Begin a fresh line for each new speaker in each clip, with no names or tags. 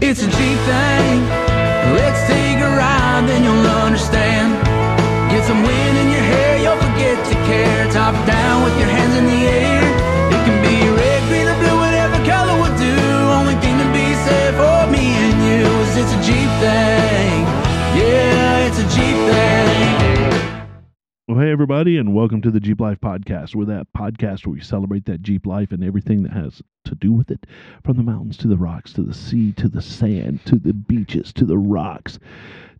it's a cheap thing. Let's take a ride, then you'll understand. Get some wind in your hair, you'll forget to care. Top down with your hands in the air. It can be red, green, or blue, whatever color will do. Only thing to be safe for me and you is it's a Jeep thing. Yeah, it's a Jeep thing.
Well, hey, everybody, and welcome to the Jeep Life Podcast. We're that podcast where we celebrate that Jeep life and everything that has to do with it from the mountains to the rocks, to the sea, to the sand, to the beaches, to the rocks,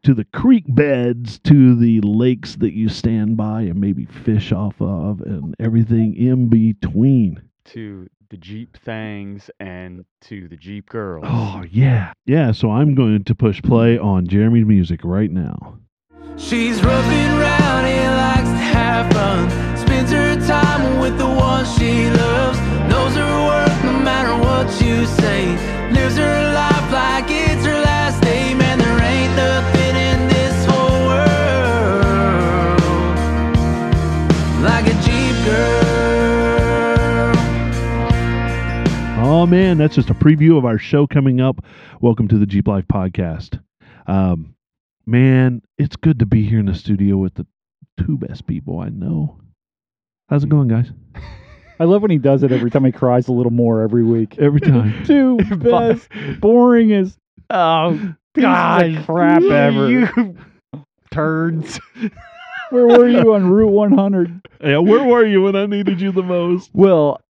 to the creek beds, to the lakes that you stand by and maybe fish off of, and everything in between.
to the Jeep things and to the Jeep girls.
Oh, yeah. Yeah, so I'm going to push play on Jeremy's music right now.
She's rough and rowdy, likes to have fun. Spends her time with the one she loves. Knows her worth no matter what you say. Lives her life like it's her last day. Man, there ain't nothing in this whole world like a Jeep girl.
Oh man, that's just a preview of our show coming up. Welcome to the Jeep Life Podcast. Um, man, it's good to be here in the studio with the two best people I know. How's it going, guys?
I love when he does it every time he cries a little more every week.
Every time.
Two best, boring is
Oh
God, crap ever.
You turds.
where were you on Route 100?
yeah, where were you when I needed you the most?
Well,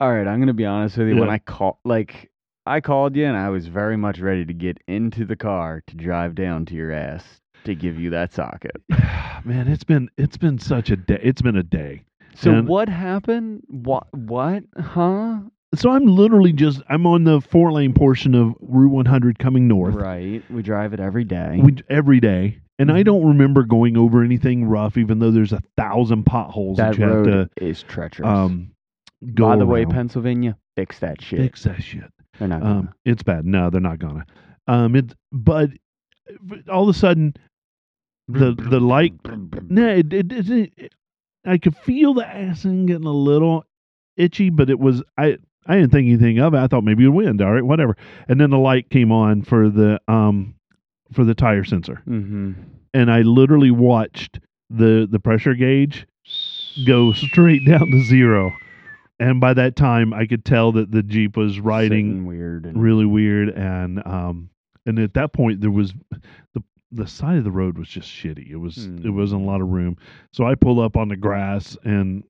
all right, I'm gonna be honest with you. When
Yeah.
I call like I called you and I was very much ready to get into the car to drive down to your ass to give you that socket.
Ah, Man, it's been it's been such a day. It's been a day.
So
And-
what happened? What what? Huh?
So I'm literally just I'm on the four lane portion of Route 100 coming north.
Right. We drive it every day.
We, every day. And I don't remember going over anything rough, even though there's a thousand potholes that,
that
you have
road
to
is treacherous.
um go
By the way,
around.
Pennsylvania, fix that shit.
fix that shit
They're not gonna.
um it's bad no they're not gonna um it but, but all of a sudden the the light no it, it, it, it- i could feel the ass end getting a little itchy but it was i i didn't think anything of it i thought maybe it wind all right whatever and then the light came on for the um for the tire sensor
Mm-hmm.
and i literally watched the the pressure gauge go straight down to zero. And by that time, I could tell that the Jeep was riding
weird and
really weird, and um, and at that point, there was the the side of the road was just shitty. It was
Hmm.
it wasn't a lot of room, so I pull up on the grass and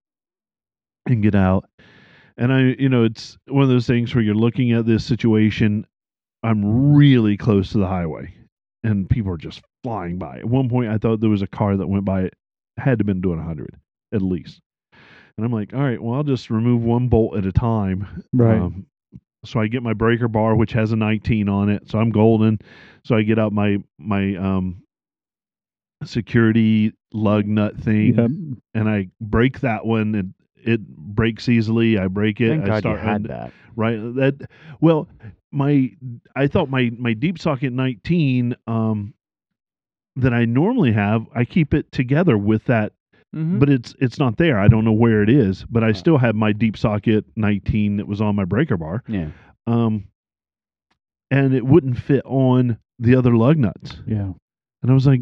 and get out. And I, you know, it's one of those things where you're looking at this situation. I'm really close to the highway, and people are just flying by. At one point, I thought there was a car that went by. It had to been doing 100 at least. And I'm like, all right, well, I'll just remove one bolt at a time
Right.
um, so I get my breaker bar, which has a 19 on it, so I'm golden. So I get out my my um, security lug nut thing,
yeah.
and I break that one, and it breaks easily. I break it.
Thank
I
God
start
you had
and-
that.
right. That well, my I thought my my deep socket 19 um, that I normally have, I keep it together with that
Hmm.
but it's it's not there. I don't know where it is, but I
Huh.
still have my deep socket 19 that was on my breaker bar.
yeah,
Um and it wouldn't fit on the other lug nuts.
Yeah.
And I was like,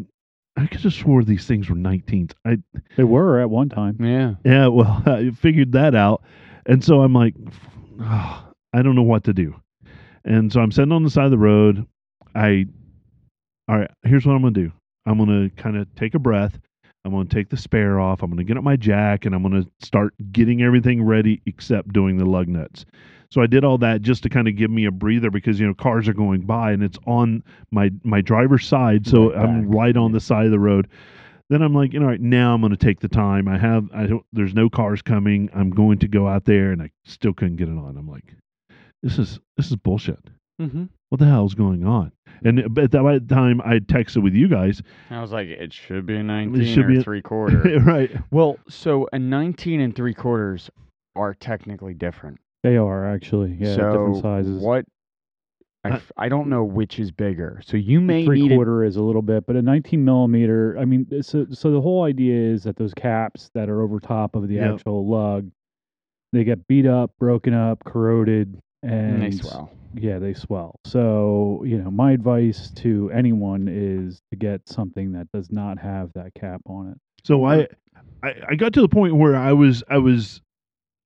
I could have swore these things were 19s. I
They were at one time.
yeah.
yeah, well, I figured that out. And so I'm like, "Ah, I don't know what to do. And so I'm sitting on the side of the road. I, all right, here's what I'm going to do I'm going to kind of take a breath. I'm going to take the spare off. I'm going to get up my jack and I'm going to start getting everything ready except doing the lug nuts. So I did all that just to kind of give me a breather because you know cars are going by and it's on my my driver's side, so
Right
I'm
back.
right on
Yeah.
the side of the road. Then I'm like, all right, now I'm going to take the time. I have I don't there's no cars coming. I'm going to go out there and I still couldn't get it on. I'm like, this is this is bullshit.
Mm-hmm.
What the hell's going on? And but at that time I had texted with you guys,
I was like, it should be a nineteen
should
or
be a-
three quarter.
right?
well, so a nineteen and three quarters are technically different.
They are actually. Yeah.
so
different sizes.
What?
Uh,
I, f- I don't know which is bigger. So you may
Three
need it-
quarter is a little bit, but a 19 millimeter. I mean, so so the whole idea is that those caps that are over top of the
Yep.
actual lug, they get beat up, broken up, corroded, and
they swell.
yeah, they swell. So, you know, my advice to anyone is to get something that does not have that cap on it.
So I, I I got to the point where I was I was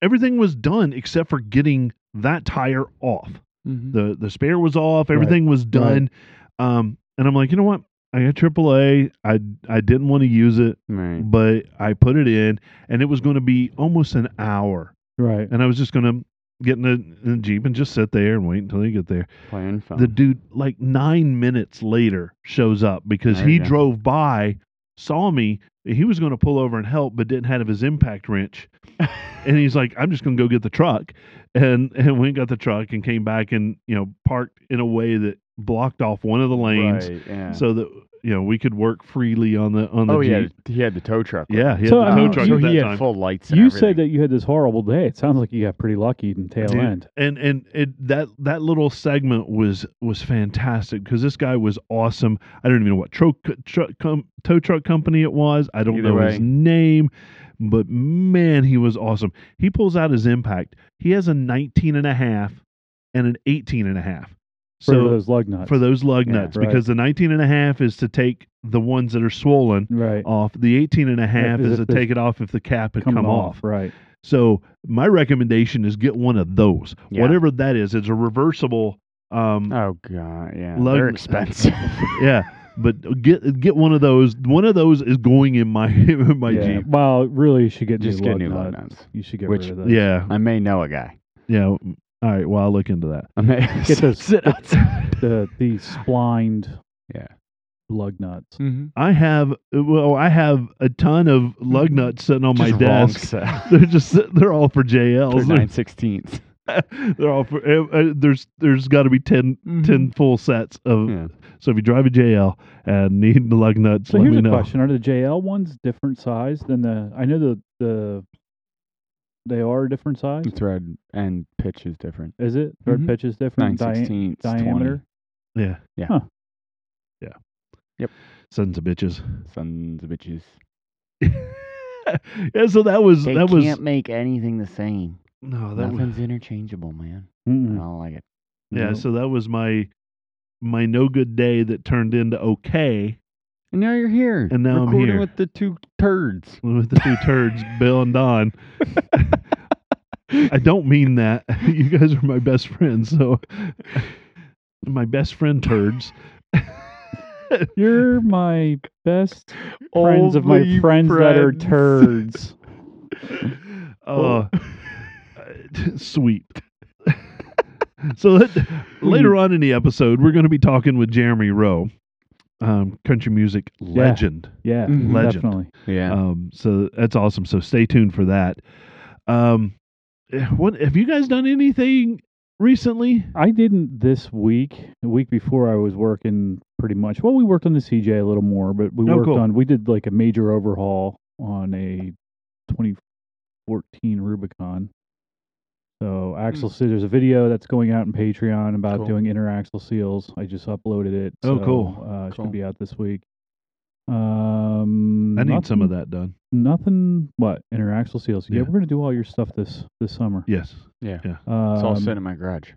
everything was done except for getting that tire off. The the spare was off, everything was done. Um and I'm like, you know what? I got AAA. I I didn't want to use it,
Right.
but I put it in and it was going to be almost an hour.
Right.
And I was just going to get in a, in a Jeep and just sit there and wait until they get there.
Playing fun.
The dude, like nine minutes later, shows up because
There
he
you go.
drove by, saw me. He was going to pull over and help, but didn't have his impact wrench. and he's like, "I'm just going to go get the truck," and and went and got the truck and came back and you know parked in a way that blocked off one of the lanes
Right, yeah.
so that you know we could work freely on the on the
oh, yeah.
Jeep.
He had the tow truck. with
Yeah,
him.
he had
So,
the
I
tow
mean,
truck
you-
at
uh, he
that
had
time.
full lights. And
You
everything.
said that you had this horrible day. It sounds like you got pretty lucky in tail
Dude,
end.
And and it that that little segment was was fantastic because this guy was awesome. I don't even know what tro- tru- com- tow truck company it was. I don't
Either
know his
way.
name, but man, he was awesome. He pulls out his impact. He has a 19 and a half and an 18 and a half.
For
So
those lug nuts.
for those lug
Yeah,
nuts
right.
because the 19 and a half is to take the ones that are swollen
right.
off. The 18 and a half
is
is to
it the-
take it off if the cap had come, off.
Right.
So my recommendation is get one of those,
Yeah.
whatever that is. It's a reversible. Um,
Oh, God. Yeah.
Lug-
They're expensive.
yeah, but get get one of those. One of those is going in my in my
yeah.
Jeep.
Well, really, you should get
Just
new
get
lug
new lug
nuts.
nuts.
You should get
Which-
rid of those.
Yeah,
I may know a guy.
yeah. All right. Well, I'll look into that.
I may
Get those-
sit outside.
The the splined
Yeah.
lug nuts.
Mm-hmm.
I have well, I have a ton of lug nuts sitting on my desk. They're just they're all for JLs.
nine sixteenths.
They're, all for uh, uh, there's there's got to be 10, 10 full sets of.
Yeah.
So if you drive a JL and need the lug nuts,
So
let
here's
me
a
know.
question: Are the JL ones different size than the? I know the the they are a different size.
Thread and pitch is different.
Is it? Thread
Mm-hmm.
Mhm.
pitch is
Nine
different. Dia-
sixteenths.
diameter.
Yeah.
Yeah.
Huh.
Yeah.
Yep.
Sons of bitches.
20. Sons of bitches.
yeah, so that was that was
make anything the same.
no, that was Mm.
interchangeable, man.
Mm-mm.
don't like it.
yeah,
Nope.
so that was my my no good day that turned into okay
And now you're here.
And now I'm
recording
here.
with the two turds.
with the two turds, Bill and Don. I don't mean that. You guys are my best friends, so my best friend turds.
You're my best friends of
Only
my friends, that are
friends.
turds.
Oh, sweet. so let, later on in the episode, we're going to be talking with Jeremy Rowe, um, country music legend.
Yeah,
Mhm.
Mm. Legend.
definitely.
Yeah.
Um, so that's awesome. So stay tuned for that. Um, eh, what have you guys done anything recently?
I didn't this week. The week before, I was working pretty much. Well, we worked on the CJ a little more, but we
Oh,
worked
cool.
on. We did like a major overhaul on a 2014 Rubicon. So
Hmm.
axle seal. There's a video that's going out in Patreon about
Cool.
doing interaxle seals. I just uploaded it.
Oh,
so,
cool.
Uh, it
Cool.
Should be out this week. Um,
I need some
nothing-
of that done.
Nothing. What interaxle seals? Yeah,
Yeah.
we're gonna do all your stuff this this summer.
Yes.
Um,
it's all set in my garage.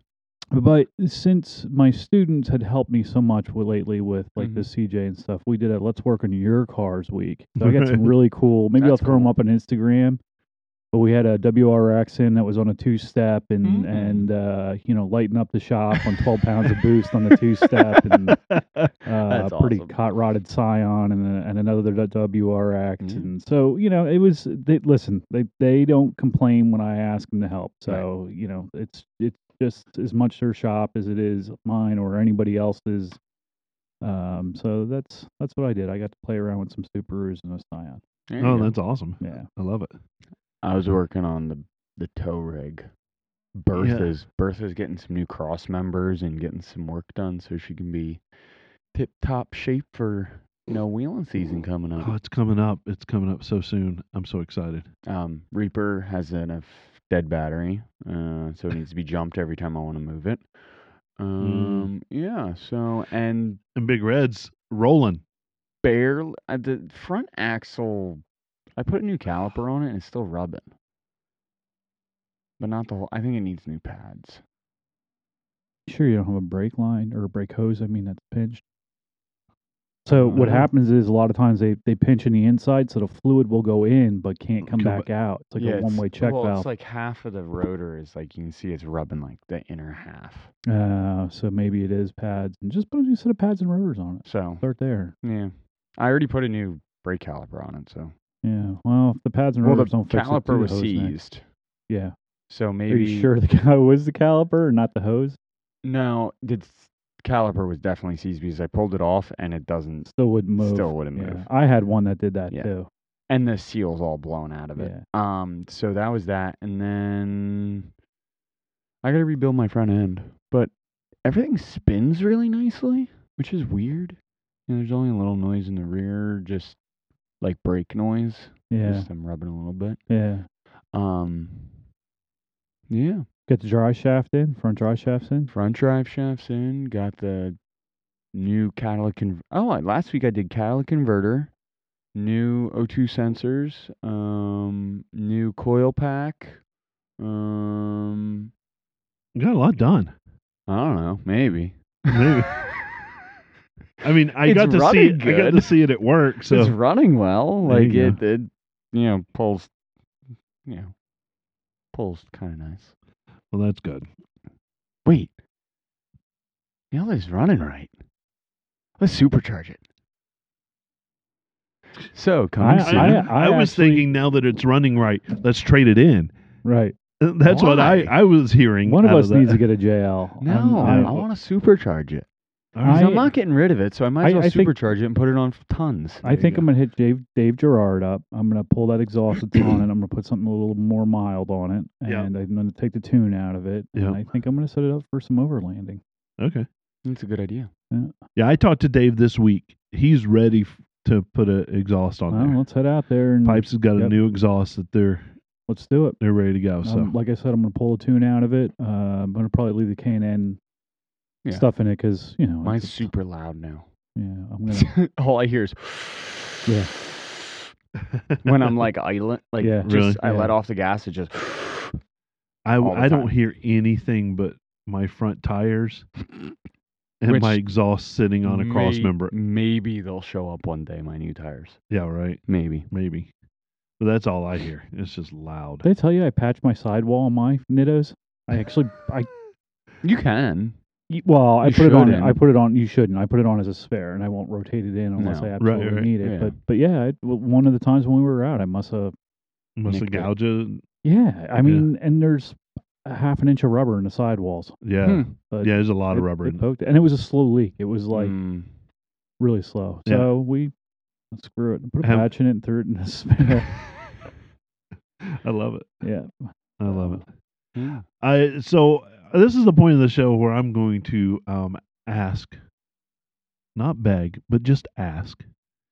but since my students had helped me so much with, lately with like
Mhm.
the CJ and stuff, we did a Let's Work on Your Cars week. So I got some
Right.
really cool. Maybe I'll
That's
throw them
cool.
up on Instagram. But we had a WRX in that was on a two step and
Mhm.
and uh, you know lighting up the shop on twelve pounds of boost on the two step and
Oh,
uh, a
That's
pretty
awesome.
hot rodded Scion and a, and another WRX
Mhm.
and so you know it was they listen they they don't complain when I ask them to help so you know it's it's just as much their shop as it is mine or anybody else's. Um, so that's that's what I did. I got to play around with some Subarus and a Scion.
There you
Oh,
go.
that's awesome.
Yeah.
I love it.
I was working on the the tow rig. Bertha's Bertha's getting some new cross members and getting some work done so she can be tip top shape for you know wheeling season coming up.
Oh, it's coming up. It's coming up so soon. I'm so excited.
Um, Reaper has a dead battery, uh, so it needs to be jumped every time I want to move it. Um, yeah. So and
And Big Red's rolling.
barely uh, the front axle, I put a new caliper on it and it's still rubbing, but not the whole. I think it needs new pads.
You sure you don't have a brake line or a brake hose? I mean, that's pinched. So what
Oh.
Mm-hmm.
happens is a lot of times they, they pinch in the inside, so the fluid will go in but can't come
Come
back out. It's like
Yeah,
a
it's-
one way check
well,
valve.
It's like half of the rotor is like you can see it's rubbing like the inner half.
uh, so maybe it is pads, and just put a new set of pads and rotors on it.
So
Start there.
yeah, I already put a new brake caliper on it. So
Yeah. Well, if the pads and
well, the
rotors don't fix it, do
caliper
the
was
hose next.
seized.
Yeah.
So maybe
Are you sure the guy was the caliper, and not the hose?
No, the s- caliper was definitely seized because I pulled it off and it doesn't.
Still wouldn't move.
Still wouldn't
Yeah.
move.
I had one that did that
Yeah.
too.
And the seal's all blown out of it.
Yeah.
Um. So that was that, and then I got to rebuild my front end, but everything spins really nicely, which is weird. And there's only a little noise in the rear, just like brake noise.
Yeah.
Just I'm rubbing a little bit.
Yeah.
Um. Yeah.
Got the dry shaft in, front dry shafts in.
front drive shafts in. Got the new catalytic. Con- oh, I- last week I did catalytic converter, new O2 sensors, um, new coil pack. Um,
You got a lot done.
I don't know, maybe.
Maybe. I mean, I
It's
got to see
running
it, I got to
good.
see it at work. So
it's running well.
There
Like
you
it, it, you know, pulls, you know, pulls kind of nice.
well, that's good.
Wait, the other's running right. Let's supercharge it. So coming soon.
I,
I
I was
actually-
thinking now that it's running right, let's trade it in. Uh,
Right.
That's what I,
Why?
I was hearing.
One of
out
us
that.
needs to get a JL.
No,
I'm-
i
I'm-
I-
want to supercharge it.
All right.
I,
I-
am not getting rid of it, so I might as
I-
well
I think-
supercharge it and put it on f- tons.
I
There you
think
go.
I'm gonna hit Dave Dave Gerard up. I'm gonna pull that exhaust that's on it. I'm gonna put something a little more mild on it, and
Yeah.
I'm gonna take the tune out of it.
Yeah.
And I think I'm gonna set it up for some overlanding.
Okay.
That's a good idea.
Yeah, I talked to Dave this week. He's ready f- to put an exhaust on
Well,
there.
let's head out there
mm,
and
Pipes has got a
Yep.
new exhaust that they're
let's do it.
they're ready to go. So
Um, like I said, I'm gonna pull a tune out of it. Uh, I'm gonna probably leave the K and N
Yeah.
stuff in it because you know
Mine's
it's-
super loud now.
Yeah, I'm gonna.
All I hear is
Yeah.
when I'm like idling, like
Yeah.
just
Really?
I let
Yeah.
off the gas. It just
I,
all the
I don't
time.
hear anything but my front tires and
Which
my exhaust sitting on a cross
may-
member.
Maybe they'll show up one day. My new tires.
Yeah, right.
Maybe.
Maybe. But that's all I hear. It's just loud.
Did I tell you I patched my sidewall on my nittos? I actually I
You can.
Y- Well, I
You
put it on. I
shouldn't.
put it on. You shouldn't. I put it on as a spare, and I won't rotate it in unless
No.
I
Right,
absolutely
right.
need it.
Yeah.
But but yeah, I, w- one of the times when we were out, I must have.
Must have
Nick,
gouged you.
Yeah, I mean, and there's a half an inch of rubber in the sidewalls.
Yeah.
Hmm.
But
Yeah, there's a lot
it,
of rubber
It
in it.
poked, and it was a slow leak. It was like
Mm.
really slow.
Yeah.
So we screw it, and put a
Have-
patch in it, and threw it in the spare.
I love it.
yeah,
I love
Uh.
it.
Yeah.
I so this is the point of the show where I'm going to um ask, not beg, but just ask.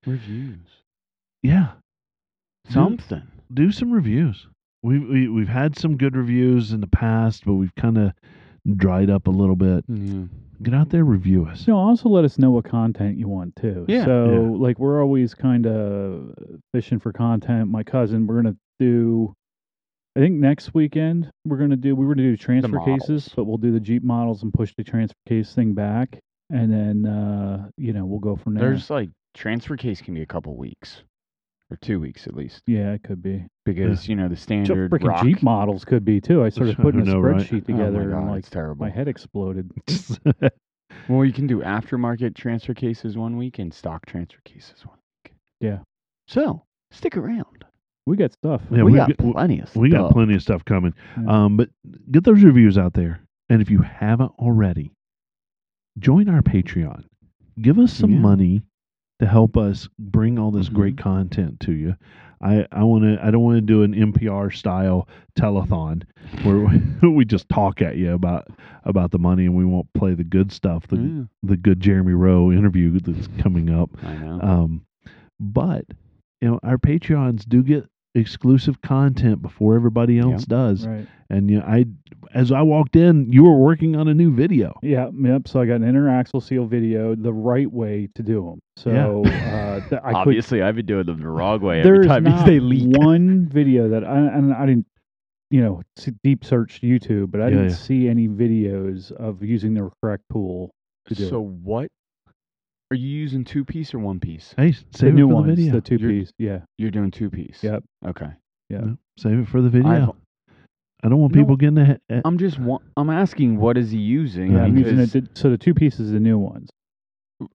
Reviews.
Yeah, Do-
Something.
do some reviews. We, we we've had some good reviews in the past, but we've kind of dried up a little bit.
Yeah.
Get out there, review us.
No, also let us know what content you want too.
Yeah.
So
Yeah.
like we're always kind of fishing for content. My cousin, we're gonna do. I think next weekend we're gonna do. We were gonna do transfer cases,
models.
but we'll do the Jeep models and push the transfer case thing back, and then uh, you know we'll go from there.
There's like transfer case can be a couple weeks or two weeks at least
yeah, it could be.
because you know the
Ju-
standard
Freaking
rock.
Jeep models could be too. I started
I
putting a
know, right?
spreadsheet
Oh my
together
God,
and like
it's terrible.
my head exploded.
Well, you can do aftermarket transfer cases one week and stock transfer cases one week.
Yeah.
So stick around.
We got stuff.
Yeah, we
we, got
got- we-
plenty of stuff.
we got plenty of stuff coming.
Yeah.
Um, but get those reviews out there, and if you haven't already, join our Patreon. Give us some
Yeah.
money to help us bring all this great content to you. I, I want to. I don't want to do an NPR style telethon where we just talk at you about about the money and we won't play the good stuff, the
Mm.
the good Jeremy Rowe interview that's coming up.
Yeah, I know.
Um, but you know, our Patreons do get exclusive content before everybody else does.
Right.
And you know, I, as I walked in, you were working on a new video.
Yeah, yep. So I got an interaxle seal video, the right way to do them. So uh, th- I could.
Obviously, I've been doing them the wrong way every
There's
time
not
they leak.
one video that I and I didn't you know s- deep searched YouTube, but I
Yeah,
didn't
yeah.
see any videos of using the correct tool. to do it.
So what? Are you using two piece or one piece?
Hey,
The
save
new
it for
ones,
the video.
the two
You're-
piece, yeah.
You're doing two piece.
Yep.
Okay.
No, save it for the video.
I've-
I don't want
No,
people getting ahead. eh,
I'm just. wa- I'm asking. What is he using?
yeah I'm using
because-
it to- so the two pieces, the new ones.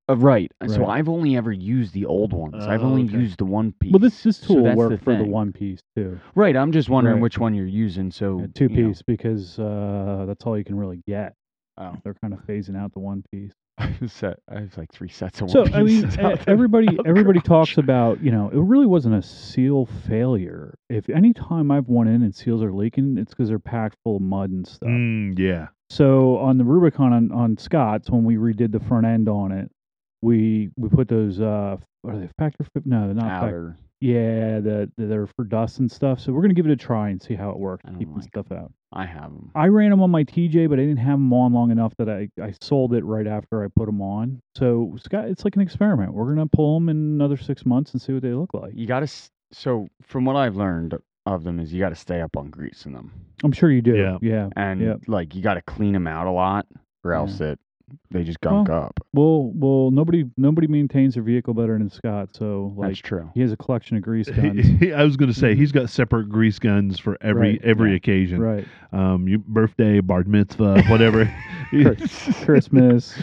Uh, right. So
Right.
I've only ever used the old ones. I've
Oh,
only
okay.
used the one piece.
Well, this this
So
tool
that's the
worked for the
thing.
one piece too,
Right. I'm just wondering
Right.
which one you're using. So
uh, two
you know.
piece, because uh, that's all you can really get. Theyey're kind of phasing out the one piece.
oh, I was set. I have like three sets of
So
one
I mean,
pieces.
e-
out there.
everybody
Oh,
everybody
gosh.
talks about you know it really wasn't a seal failure. If any time I've went in and seals are leaking, it's because they're packed full of mud and stuff.
Mm, yeah.
So on the Rubicon on, on Scott's, when we redid the front end on it, we we put those uh what are they factor fi- no not factor
Outer.
yeah the, the they're for dust and stuff. So we're gonna give it a try and see how it works.
I don't
Keeping
like
stuff out.
I have them.
I ran them on my TJ, but I didn't have them on long enough that I, I sold it right after I put them on. So Scott, it's like an experiment. We're gonna pull them in another six months and see what they look like.
You got to. So from what I've learned of them is you got to stay up on greasing them,
I'm sure you do.
Yeah.
yeah.
and
Yep.
like you got to clean them out a lot, or
Yeah.
else it they just gunk
Well,
up.
Well, well, nobody nobody maintains their vehicle better than Scott. So like
That's true.
he has a collection of grease guns.
I was going to say
Mhm.
he's got separate grease guns for every
Right,
every
yeah.
occasion.
right.
Um, you birthday, bar mitzvah, whatever. He-
Christmas.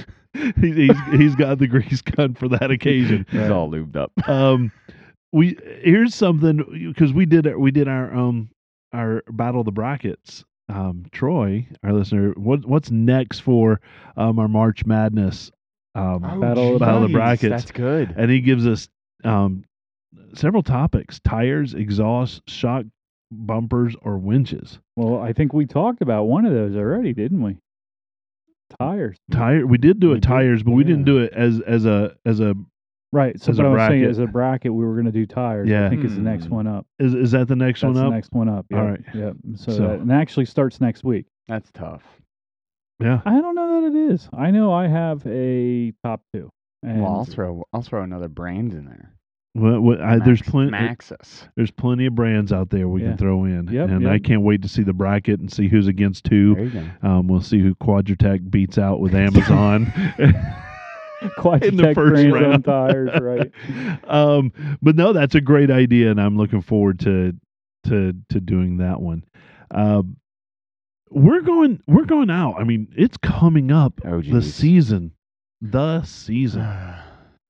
he's, he's he's got the grease gun for that occasion.
He's
Right.
all lubed up.
Um, we here's something because we did we did our um our battle of the brackets. Um, Troy, our listener, what what's next for um our March Madness? Um,
Oh,
Battle of the
Battle of the
jeez,
Brackets.
That's good.
and he gives us um, several topics: tires, exhaust, shock bumpers, or winches.
Well, I think we talked about one of those already, didn't we? Tires.
Mm.
Tire. We did do
We
it
did,
tires, but we didn't
yeah.
do it as as a as a
Right. So
As
what
a
I was saying
bracket.
is a bracket we were going to do tires.
Yeah. Mm.
I think it's the next
Hmm.
one up.
is is that the next one
That's the
up?
next one up. Yep.
All right.
Yep. So,
So-
that- and it actually starts next week.
That's tough.
Yeah.
I don't know that it is. I know I have a top two. And
well, I'll throw I'll throw another brand in there.
Well, well, I, Uh, there's
Max-
plenty.
Maxis.
There's plenty of brands out there we
Yeah.
can throw in,
Yep,
and I
yep.
can't wait to see the bracket and see who's against who.
There you go.
Um, we'll see who Quadratech beats out with Amazon.
Quadratec
in the first
brands on
round.
tires, right?
um, but no, that's a great idea, and I'm looking forward to to to doing that one. Um, we're going we're going out. I mean, it's coming up
Oh,
the
geez.
season. The
Uh.
season.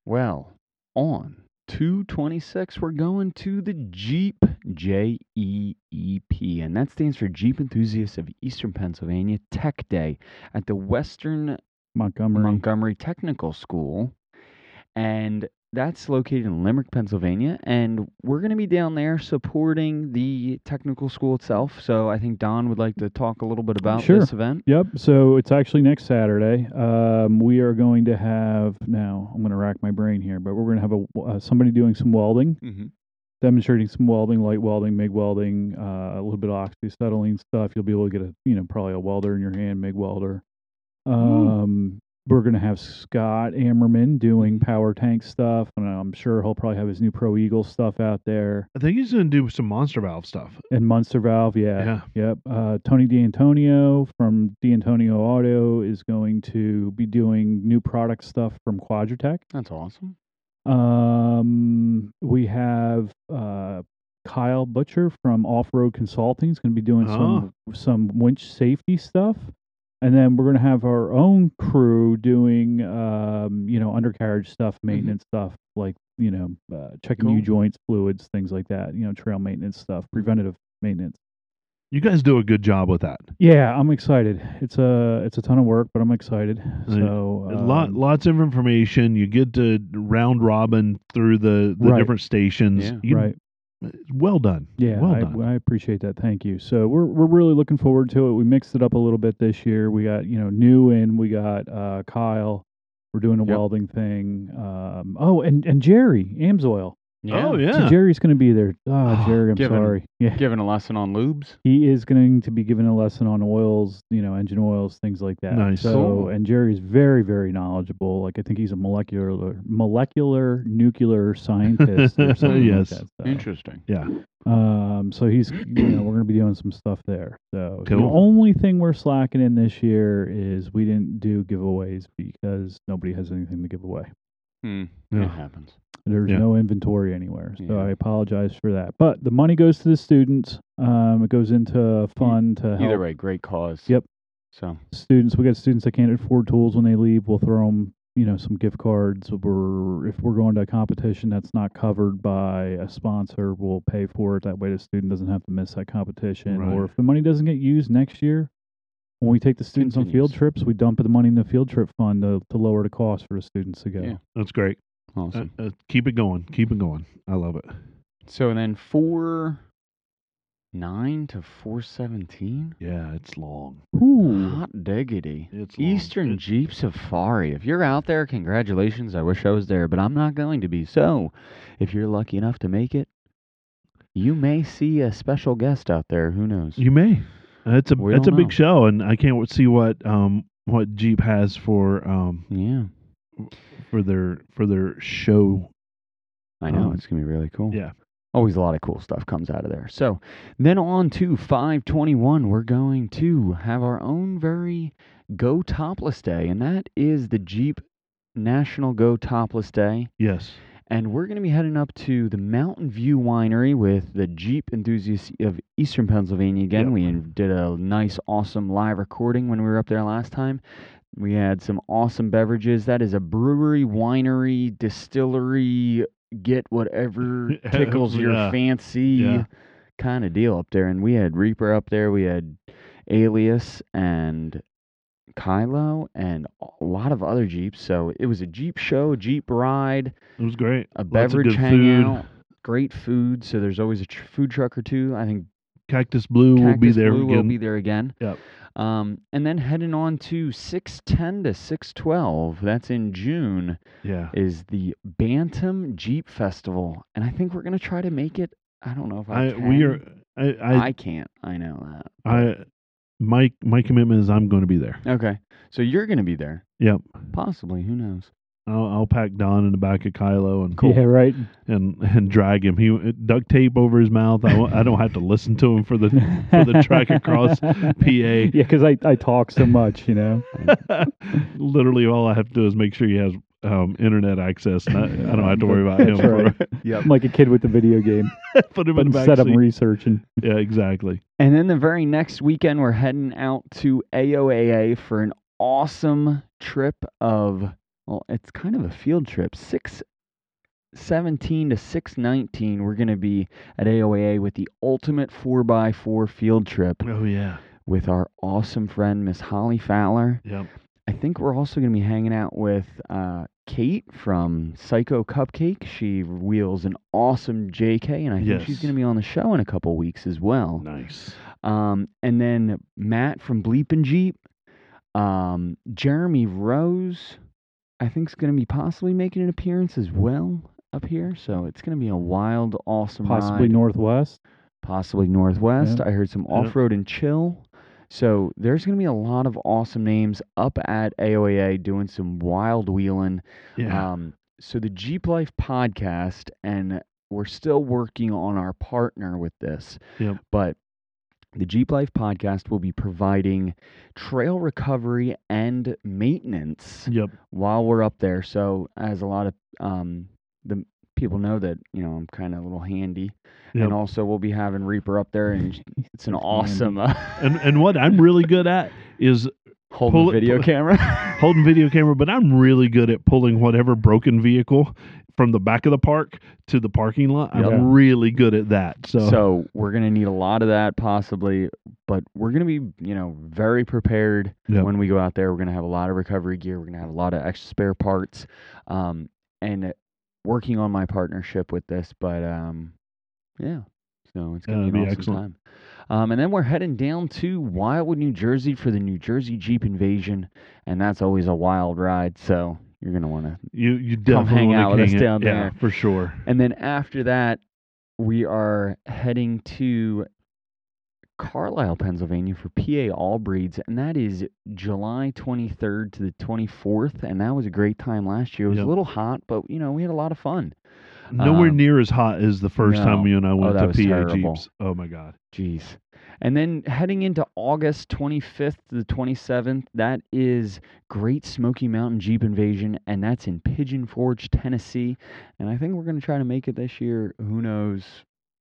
well, on 226, we're going to the Jeep, J E E P, and that stands for Jeep Enthusiasts of Eastern Pennsylvania Tech Day at the Western
Montgomery.
Montgomery Technical School. And that's located in Limerick, Pennsylvania. And we're going to be down there supporting the technical school itself. So I think Don would like to talk a little bit about
Sure.
this event.
Yep. So it's actually next Saturday. Um, we are going to have now. I'm going to rack my brain here, but we're going to have a uh, somebody doing some welding,
Mm-hmm.
demonstrating some welding, light welding, MIG welding, uh, a little bit of oxyacetylene stuff. You'll be able to get a you know probably a welder in your hand, MIG welder. Um, we're going to have Scott Ammerman doing
Mm-hmm.
power tank stuff, and I'm sure he'll probably have his new Pro Eagle stuff out there.
I think he's going to do some monster valve stuff.
And Munster Valve,
Yeah.
Yep. Uh, Tony D'Antonio from D'Antonio Auto is going to be doing new product stuff from Quadratech.
That's awesome.
Um, we have uh, Kyle Butcher from Off Road Consulting is going to be doing some some winch safety stuff, and then we're going to have our own crew doing um, you know undercarriage stuff, maintenance stuff like you know uh, checking
Cool.
U joints, fluids, things like that. You know trail maintenance stuff, preventative maintenance.
You guys do a good job with that.
Yeah, I'm excited. It's a it's a ton of work, but I'm excited.
Yeah.
So
A lot,
um,
lots of information. You get to round robin through the, the
Right.
different stations.
Yeah.
You-
right.
Well done.
Yeah,
Well
I,
done.
I appreciate that. Thank you. So we're we're really looking forward to it. We mixed it up a little bit this year. We got you know new in. We got uh, Kyle. We're doing a
Yep.
welding thing. Um, oh, and and Jerry Amsoil.
Oh
So
yeah.
Jerry's going to be there. Oh, Jerry, I'm
Give him-
sorry. Yeah,
Giving a lesson on lubes.
he is going to be given a lesson on oils, you know, engine oils, things like that.
Nice.
So,
Cool.
and Jerry's very, very knowledgeable. Like I think he's a molecular, molecular nuclear scientist or something
Yes.
like that. So,
Interesting.
yeah.
um, Um, so he's, you know, we're going to be doing some stuff there. So the
Cool.
only thing we're slacking in this year is we didn't do giveaways because nobody has anything to give away.
Hmm.
Yeah.
It happens.
There's
Yeah.
no inventory anywhere, so
Yeah.
I apologize for that. But the money goes to the students. Um, it goes into a fund to help
Either way, great cause.
Yep.
So
students. We got students that can't afford tools when they leave. We'll throw them, you know, some gift cards. We're if we're going to a competition that's not covered by a sponsor, we'll pay for it. That way, the student doesn't have to miss that competition. Or
Right.
if the money doesn't get used next year, when we take the students on
Continues.
field trips, we dump the money in the field trip fund to, to lower the cost for the students to go.
Yeah.
That's great. Uh,
awesome.
uh, keep it going. Keep it going. I love it.
so then four nine to four seventeen.
Yeah, it's long.
Hot diggity.
It's long.
Eastern
It-
Jeep Safari. If you're out there, congratulations. I wish I was there, but I'm not going to be. So, if you're lucky enough to make it, you may see a special guest out there. Who knows?
You may. That's a
We
that's a
don't
big
know.
show, and I can't w- see what um what Jeep has for um
yeah,
for their for their show.
I know.
Um,
it's going to be really cool.
Yeah,
Always a lot of cool stuff comes out of there. So, then on to 521, we're going to have our own very Go Topless Day, and that is the Jeep National Go Topless Day.
yes,
And we're going to be heading up to the Mountain View Winery with the Jeep enthusiasts of Eastern Pennsylvania again.
Yep.
We did a nice, awesome live recording when we were up there last time. We had some awesome beverages. That is a brewery, winery, distillery, get whatever tickles your
Yeah.
fancy
Yeah.
kind of deal up there. And we had Reaper up there. We had Alias and Kylo and a lot of other Jeeps. So it was a Jeep show, Jeep ride
it was great.
a
Lots of
beverage
good food.
hangout, great food. So there's always a tr- food truck or two. I think
Cactus Blue will be
Cactus
there
Blue will
again.
be there again.
Yep.
Um, and then heading on to 610 to 612. That's in June.
yeah,
Is the Bantam Jeep Festival, and I think we're gonna try to make it. I don't know if I,
I
can.
we are. I I,
I can't. I know that.
I, my my commitment is I'm going to be there.
Okay, so you're gonna be there.
Yep,
Possibly. Who knows?
I'll, I'll pack Don in the back of Kylo and
Yeah, right.
and and drag him. He duct tape over his mouth. I, won't- I don't have to listen to him for the for the track across
Yeah,
PA.
because I, I talk so much, you know.
Literally, all I have to do is make sure he has um, internet access, and I, I don't have to worry about him.
That's right.
Yep.
I'm like a kid with the video game,
Put him
but
in the
instead
back
I'm
seat.
researching.
Yeah, exactly.
And then the very next weekend, we're heading out to AOAA for an awesome trip of, well, it's kind of a field trip. 617 to 619, we're going to be at AOAA with the ultimate 4x4 field trip
Oh yeah,
with our awesome friend, Miss Holly Fowler.
yeah.
I think we're also going to be hanging out with uh, Kate from Psycho Cupcake. She wheels an awesome JK, and I think she's
Yes.
going to be on the show in a couple weeks as well.
Nice.
Um, and then Matt from Bleepin' Jeep, um, Jeremy Rose, I think is going to be possibly making an appearance as well up here. So it's going to be a wild, awesome
possibly
ride.
Northwest.
possibly Northwest.
Yeah.
I heard some
Yeah.
off road and chill. So there's going to be a lot of awesome names up at AOAA doing some wild wheeling.
Yeah.
Um, so the Jeep Life podcast, and we're still working on our partner with this.
Yep.
But the Jeep Life podcast will be providing trail recovery and maintenance
yep.
while we're up there. So as a lot of um, the people know that you know I'm kind of a little handy,
Yep.
and also we'll be having Reaper up there, and it's an
Handy.
awesome uh,
And and what I'm really good at is
holding
pull
a
it-
video
pull-
camera.
holding video camera, but I'm really good at pulling whatever broken vehicle from the back of the park to the parking lot.
Yeah.
I'm really good at that. So,
So we're gonna need a lot of that possibly, but we're gonna be you know very prepared
yeah.
when we go out there. We're gonna have a lot of recovery gear. We're gonna have a lot of extra spare parts, um, and uh, working on my partnership with this. But um, yeah, so it's
Yeah,
gonna be, an
it'll be
awesome
excellent.
time. Um, and then we're heading down to Wildwood, New Jersey for the New Jersey Jeep Invasion, and that's always a wild ride. So you're gonna want to.
you you
Come
definitely
hang
wanna
out with us
hang it-
down
yeah,
there.
for sure.
And then after that, we are heading to Carlisle, Pennsylvania for PA All Breeds, and that is July 23rd to the 24th. And that was a great time last year. It was
Yep.
a little hot, but you know we had a lot of fun.
Nowhere
Um,
near as hot as the first
no. Oh,
time you and I went
that
to
was
PA
terrible.
Jeeps. Oh my god.
Jeez. And then heading into August 25th to the 27th, that is Great Smoky Mountain Jeep Invasion, and that's in Pigeon Forge, Tennessee. And I think we're going to try to make it this year. Who knows?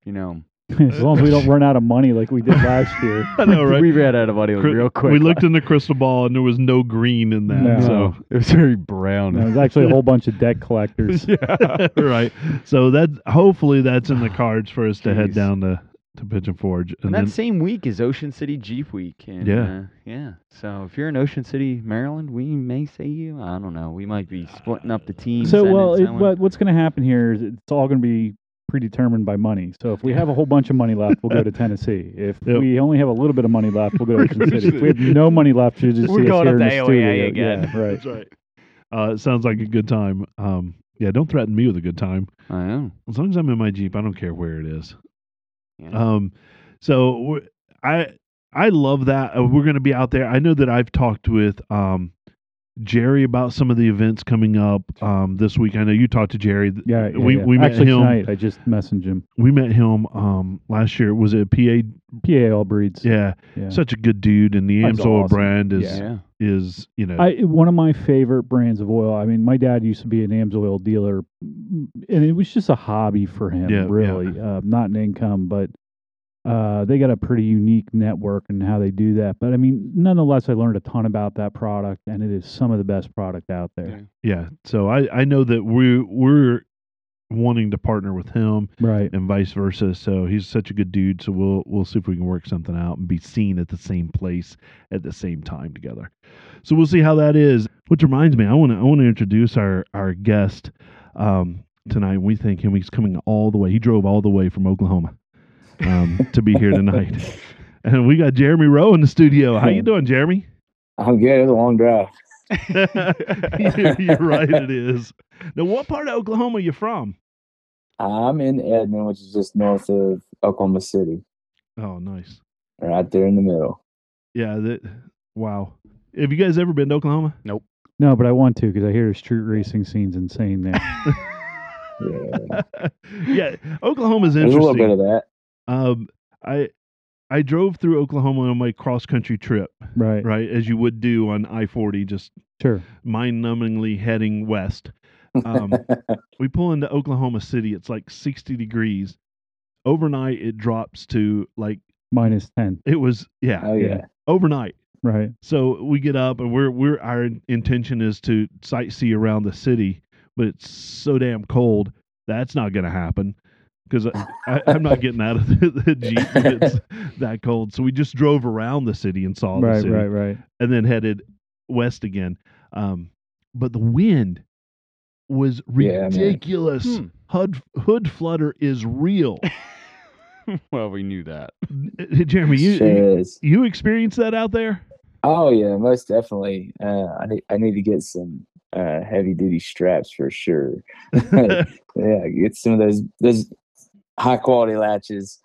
You know,
as long as we don't run out of money like we did last year.
I know, right?
we ran out of money
Cri-
real quick.
We looked in the crystal ball and there was no green in that.
No.
So
it was very brown.
You know, There's actually a whole bunch of debt collectors.
yeah.
right. So that hopefully that's in the cards for us to head
Jeez.
down to, to Pigeon Forge.
And
And,
that
then
same week is Ocean City Jeep Week. And,
Yeah.
Uh, yeah. So if you're in Ocean City, Maryland, we may see you. I don't know. We might be splitting up the teams.
So
sending
well, it,
someone.
but what's going to happen here is it's all going to be predetermined by money. So if we have a whole bunch of money left, we'll go to Tennessee. If
Yep.
we only have a little bit of money left, we'll go to
We're
Ocean
gonna
City. If
see-
we have no money left, you just
We're
see
going
us here in
up to
the
AOA
studio.
again.
Yeah, right.
that's right. Uh, it sounds like a good time. Um, yeah, don't threaten me with a good time.
I know.
As long as I'm in my Jeep, I don't care where it is.
Yeah.
Um, so we're- I I love that Uh, we're going to be out there. I know that I've talked with um, Jerry about some of the events coming up um, this week. I know you talked to Jerry. Th-
Yeah, yeah,
we
yeah.
we met
actually
him.
tonight. I just messaged him.
We met him um, last year. Was it PA?
PA all breeds.
Yeah,
Yeah.
such a good dude, and the
That's
Amsoil
awesome.
brand is
Yeah.
yeah.
is you know
I one of my favorite brands of oil. I mean, my dad used to be an AMS oil dealer, m- and it was just a hobby for him,
Yeah, yeah.
really, uh, not an income. But uh, they got a pretty unique network and how they do that. But I mean, nonetheless, I learned a ton about that product, and it is some of the best product out there.
yeah. So I I know that we we're wanting to partner with him
Right.
and vice versa. So he's such a good dude. So we'll we'll see if we can work something out and be seen at the same place at the same time together. So we'll see how that is. Which reminds me, I want to I want to introduce our our guest um, tonight. We thank him. He's coming all the way. He drove all the way from Oklahoma um, to be here tonight. And we got Jeremy Rowe in the studio. How you doing, Jeremy?
I'm good. It was a long drive.
you're, you're right. It is. Now, what part of Oklahoma are you from?
I'm in Edmond, which is just north of Oklahoma City,
Oh, nice.
right there in the middle.
Yeah. That. Wow. Have you guys ever been to Oklahoma?
No, but I want to because I hear the street racing scene's insane there.
Yeah.
yeah, Oklahoma's
There's a little bit
interesting.
of that.
Um, I I drove through Oklahoma on my cross country trip,
right.
right as you would do on I forty, just
Sure.
mind numbingly heading west. Um, we pull into Oklahoma City. It's like sixty degrees. Overnight, it drops to like
Minus ten.
it was. Yeah,
Oh yeah.
overnight.
Right.
So we get up and we're we're our intention is to sightsee around the city, but it's so damn cold that's not going to happen because I'm not getting out of the, the jeep when it's that cold. So we just drove around the city and saw the
Right.
city,
Right. Right.
and then headed west again. Um, but the wind was
Yeah, man.
ridiculous.
Hmm.
Hood hood flutter is real.
well, we knew that.
Jeremy, you, you
Sure is.
you experienced that out there?
Oh yeah, most definitely. Uh, I need I need to get some uh, heavy duty straps for sure. yeah, get some of those those high quality latches.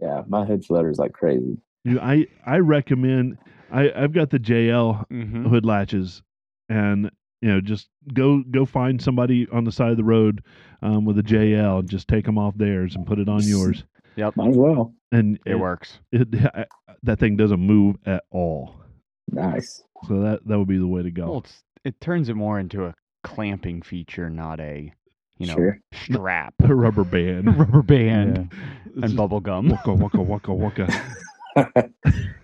Yeah, my hood flutters like crazy.
You, I I recommend. I I've got the JL
Mm-hmm.
hood latches, and you know just go go find somebody on the side of the road um, with a JL and just take them off theirs and put it on yours.
Yep,
Might as well.
And
it works.
it- I- that thing doesn't move at all.
Nice.
So that that would be the way to go.
Well, it's, it turns it more into a clamping feature, not a you know
sure.
strap,
A rubber band
rubber band,
It's
and
just
bubble gum.
Waka waka waka waka.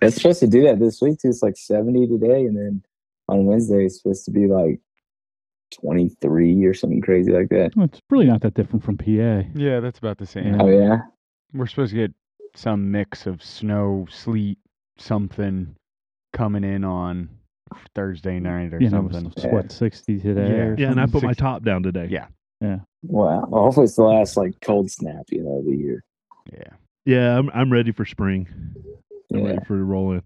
it's supposed to do that this week too. It's like 70 today, and then on Wednesday it's supposed to be like 23 or something crazy like that.
Well, it's really not that different from PA.
Yeah, that's about the same.
Oh yeah,
We're supposed to get some mix of snow, sleet, something coming in on Thursday night or
You know,
something.
it's what sixty today.
Yeah.
or
Yeah, and I
something?
put my top down today.
Yeah.
wow. Well, hopefully it's the last like cold snap, you know, of the year.
Yeah,
Yeah, I'm I'm ready for spring. I'm
Yeah.
ready for it to roll in.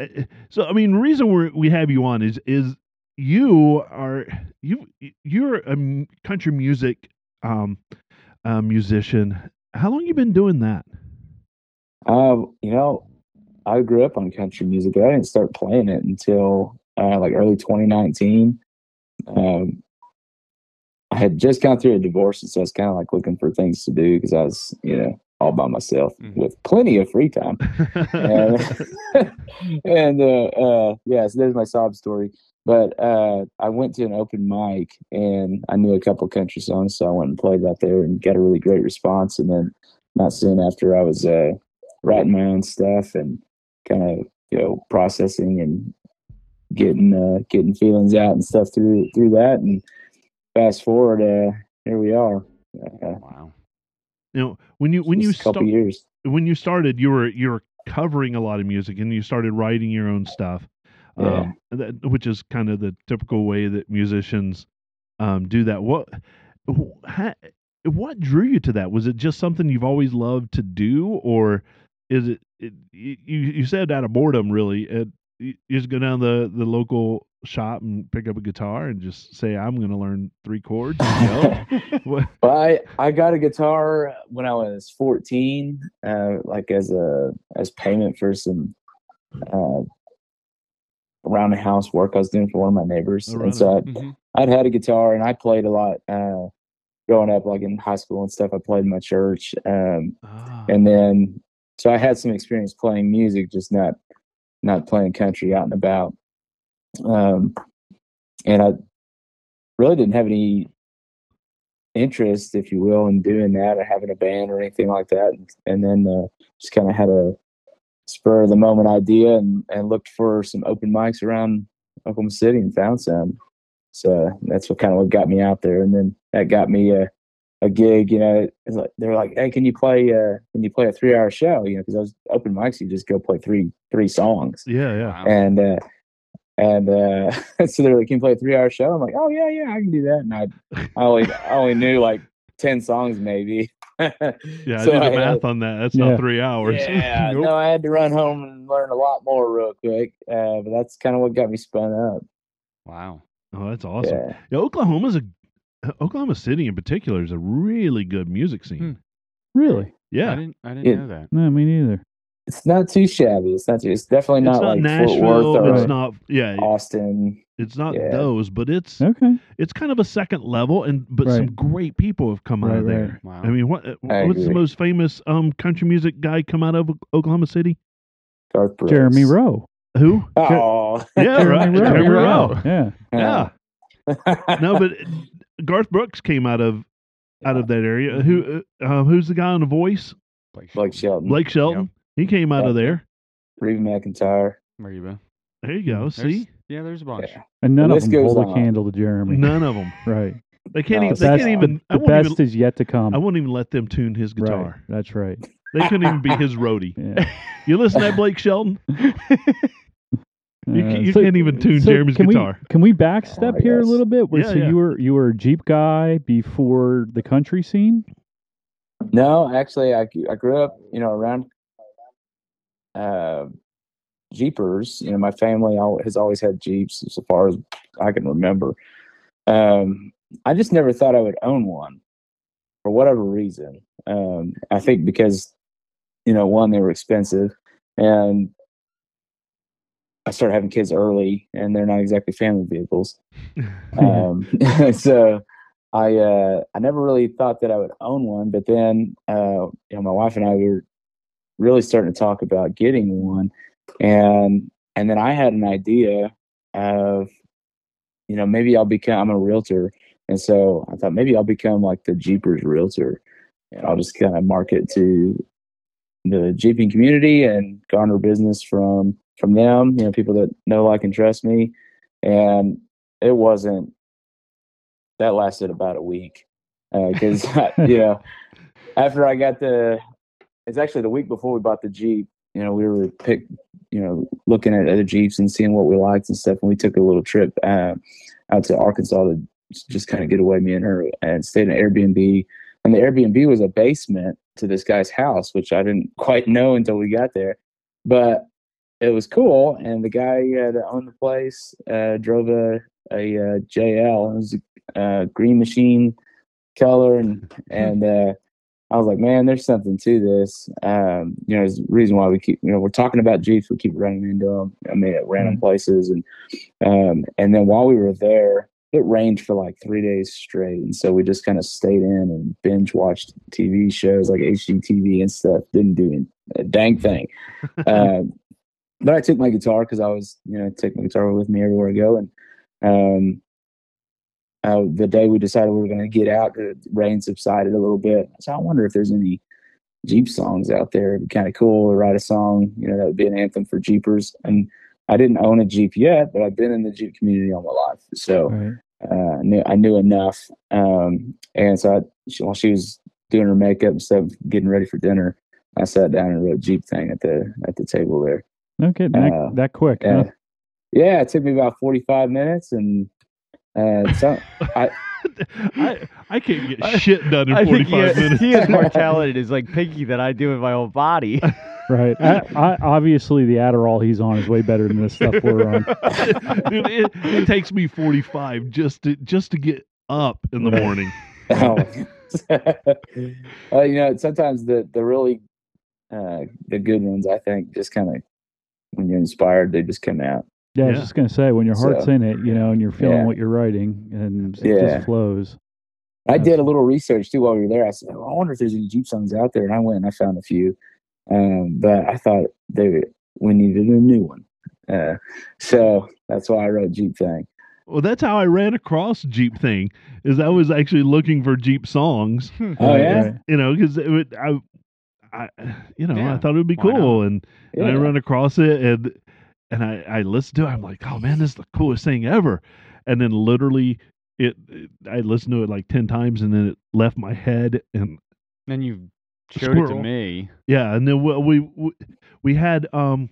Uh, So I mean, the reason we we have you on is is you are you you're a m- country music um uh, musician. How long you been doing that?
Um, you know, I grew up on country music, but I didn't start playing it until uh, like early 2019. Um, I had just gone through a divorce, and so I was kind of like looking for things to do because I was, you know, all by myself
Mhm.
with plenty of free time. and and, uh, uh, yeah, so there's my sob story. But uh, I went to an open mic and I knew a couple country songs, so I went and played that there and got a really great response. And then not soon after, I was uh, writing my own stuff and kind of you know processing and getting uh, getting feelings out and stuff through through that. And fast forward, uh, here we are. Uh,
Wow.
Now, when you when you
just a couple
start
years,
when you started, you were you were covering a lot of music, and you started writing your own stuff, um, that, which is kind of the typical way that musicians um, do that. What wh- ha what drew you to that? Was it just something you've always loved to do, or is it, it you you said out of boredom really? It, you you just go down the the local shop and pick up a guitar and just say I'm going to learn three chords. and go? What-
Well, I, I got a guitar when I was 14, uh, like as a as payment for some uh, around the house work I was doing for one of my neighbors,
Oh, right
and so I,
Mhm.
I'd had a guitar and I played a lot uh, growing up, like in high school and stuff. I played in my church, um,
Ah,
and then so I had some experience playing music, just not not playing country out and about. Um, and I really didn't have any interest, if you will, in doing that or having a band or anything like that. And then uh, just kind of had a spur of the moment idea and, and looked for some open mics around Oklahoma City and found some. So that's what kind of what got me out there. And then that got me uh, a, a gig, you know, it was like, they were like, Hey, can you play, uh, can you play a three hour show? You know, cause those open mics, you just go play three, three songs
yeah, yeah.
Wow.
and uh and uh so they're like can you play a three hour show i'm like oh yeah yeah i can do that and i i only i only knew like 10 songs maybe
Yeah,
So
I did the
I, uh,
math on that. That's
Yeah.
not three hours.
yeah
Nope.
no i had to run home and learn a lot more real quick uh but that's kind of what got me spun up
Wow.
Oh, that's awesome.
yeah
Yeah, Oklahoma's a Oklahoma City in particular is a really good music scene.
Hmm.
Really?
I
Yeah,
didn't. I didn't
Yeah.
know that.
No, me neither.
it's not too shabby it's not too it's definitely
it's not
not, like fort
Nashville.
worth or
It's not yeah,
austin
it's not
yeah.
those, but it's
Okay.
it's kind of a second level, and but some
Right.
great people have come out
Right,
of there.
Wow.
I mean, what uh,
I
what's the
agree.
most famous um country music guy come out of O- Oklahoma City?
Garth Brooks.
Jeremy Rowe.
Who?
oh
Yeah, right. Jeremy Rowe.
Yeah.
Yeah. No, but Garth Brooks came out of out of that area.
Mm-hmm.
Who uh, who's the guy on the voice?
Blake Shelton,
Blake Shelton. He came out of
Yeah.
there.
Reba McIntyre.
There you go.
There you go.
There's-
See,
Yeah, there's a bunch.
Yeah.
And none
The
of
list
them
goes
hold a
on.
candle to Jeremy.
none of them.
Right.
They can't
No,
even.
it's
They
That's-
can't even.
The
I won't
best
even.
is yet to come.
I won't even let them tune his
Right.
guitar.
That's right.
They couldn't even be his roadie.
Yeah.
You listen to that Blake Sheldon? You,
Uh,
ca- you
so-
can't even tune
so
Jeremy's
can
guitar.
We, can we backstep
Oh, I
here a
guess.
little bit? Where,
Yeah,
so
yeah.
you were you were a Jeep guy before the country scene.
No, actually, I I grew up, you know, around uh, Jeepers. You know, my family al- has always had Jeeps, so far as I can remember. Um, I just never thought I would own one for whatever reason. Um, I think because, you know, one they were expensive, and I started having kids early, and they're not exactly family vehicles. Um, so I uh, I never really thought that I would own one, but then uh, you know my wife and I we were really starting to talk about getting one, and and then I had an idea of you know maybe I'll become I'm a realtor, and so I thought maybe I'll become like the Jeepers realtor, and I'll just kind of market to the jeeping community and garner business from from them, you know people that know, like, and trust me, and it wasn't that lasted about a week uh, because you know after I got the it's actually the week before we bought the Jeep. You know, we were pick, you know, looking at other Jeeps and seeing what we liked and stuff. And we took a little trip uh, out to Arkansas to s- just kind of get away, me and her, and stayed in an Airbnb. And the Airbnb was a basement to this guy's house, which I didn't quite know until we got there. But it was cool. And the guy uh, that owned the place uh, drove a, a uh, JL. It was a uh, green machine color. And, and uh, I was like, man, there's something to this. Um, you know, there's a reason why we keep, you know, we're talking about Jeeps. We keep running into them, I mean, at random places. And, um, and then while we were there, it rained for like three days straight, and so we just kind of stayed in and binge watched TV shows like HGTV and stuff. Didn't do a dang thing. uh, but I took my guitar because I was, you know, take my guitar with me everywhere I go. And um, uh, the day we decided we were going to get out, the rain subsided a little bit. So I wonder if there's any Jeep songs out there. It'd be kind of cool to write a song, you know, that would be an anthem for Jeepers. And I didn't own a Jeep yet, but I've been in the Jeep community all my life. So
Right.
uh, I knew I knew enough. Um, and so I, she, while she was doing her makeup and stuff, getting ready for dinner, I sat down and wrote Jeep thing at the at the table there.
Okay, that,
Uh,
that quick.
Yeah,
huh?
yeah. It took me about forty five minutes, and uh, so
I, I can't get
I-
shit done in
I think
45
he,
minutes.
he is more talented as like Pinky than I do with my whole body.
Right. I, I, obviously, the Adderall he's on is way better than this stuff we're on.
Dude, it, it takes me 45 just to just to get up in the
Right.
morning.
Oh. uh, you know, sometimes the the really uh, the good ones, I think, just kind of when you're inspired, they just come out.
Yeah, I was
Yeah.
just gonna say when your heart's
So-
in it, you know, and you're feeling
Yeah.
what you're writing, and it
Yeah.
just flows.
I did a little research too while we were there. I said, "Well, I wonder if there's any Jeep songs out there, and I went and I found a few, um, but I thought they we needed a new one, uh, so that's why I wrote Jeep thing.
Well, that's how I ran across Jeep thing. Is I was actually looking for Jeep songs,
Oh
Right,
yeah,
right.
you know, because it would, I, I, you know, I
Yeah,
thought it would be
why not?
cool, and, and I
Yeah.
ran across it, and and I I listened to it. I'm like, oh man, this is the coolest thing ever. And then literally, it, it I listened to it like ten times, and then it left my head, and
Then you showed it
Squirrel.
to me.
Yeah, and then we, we we had um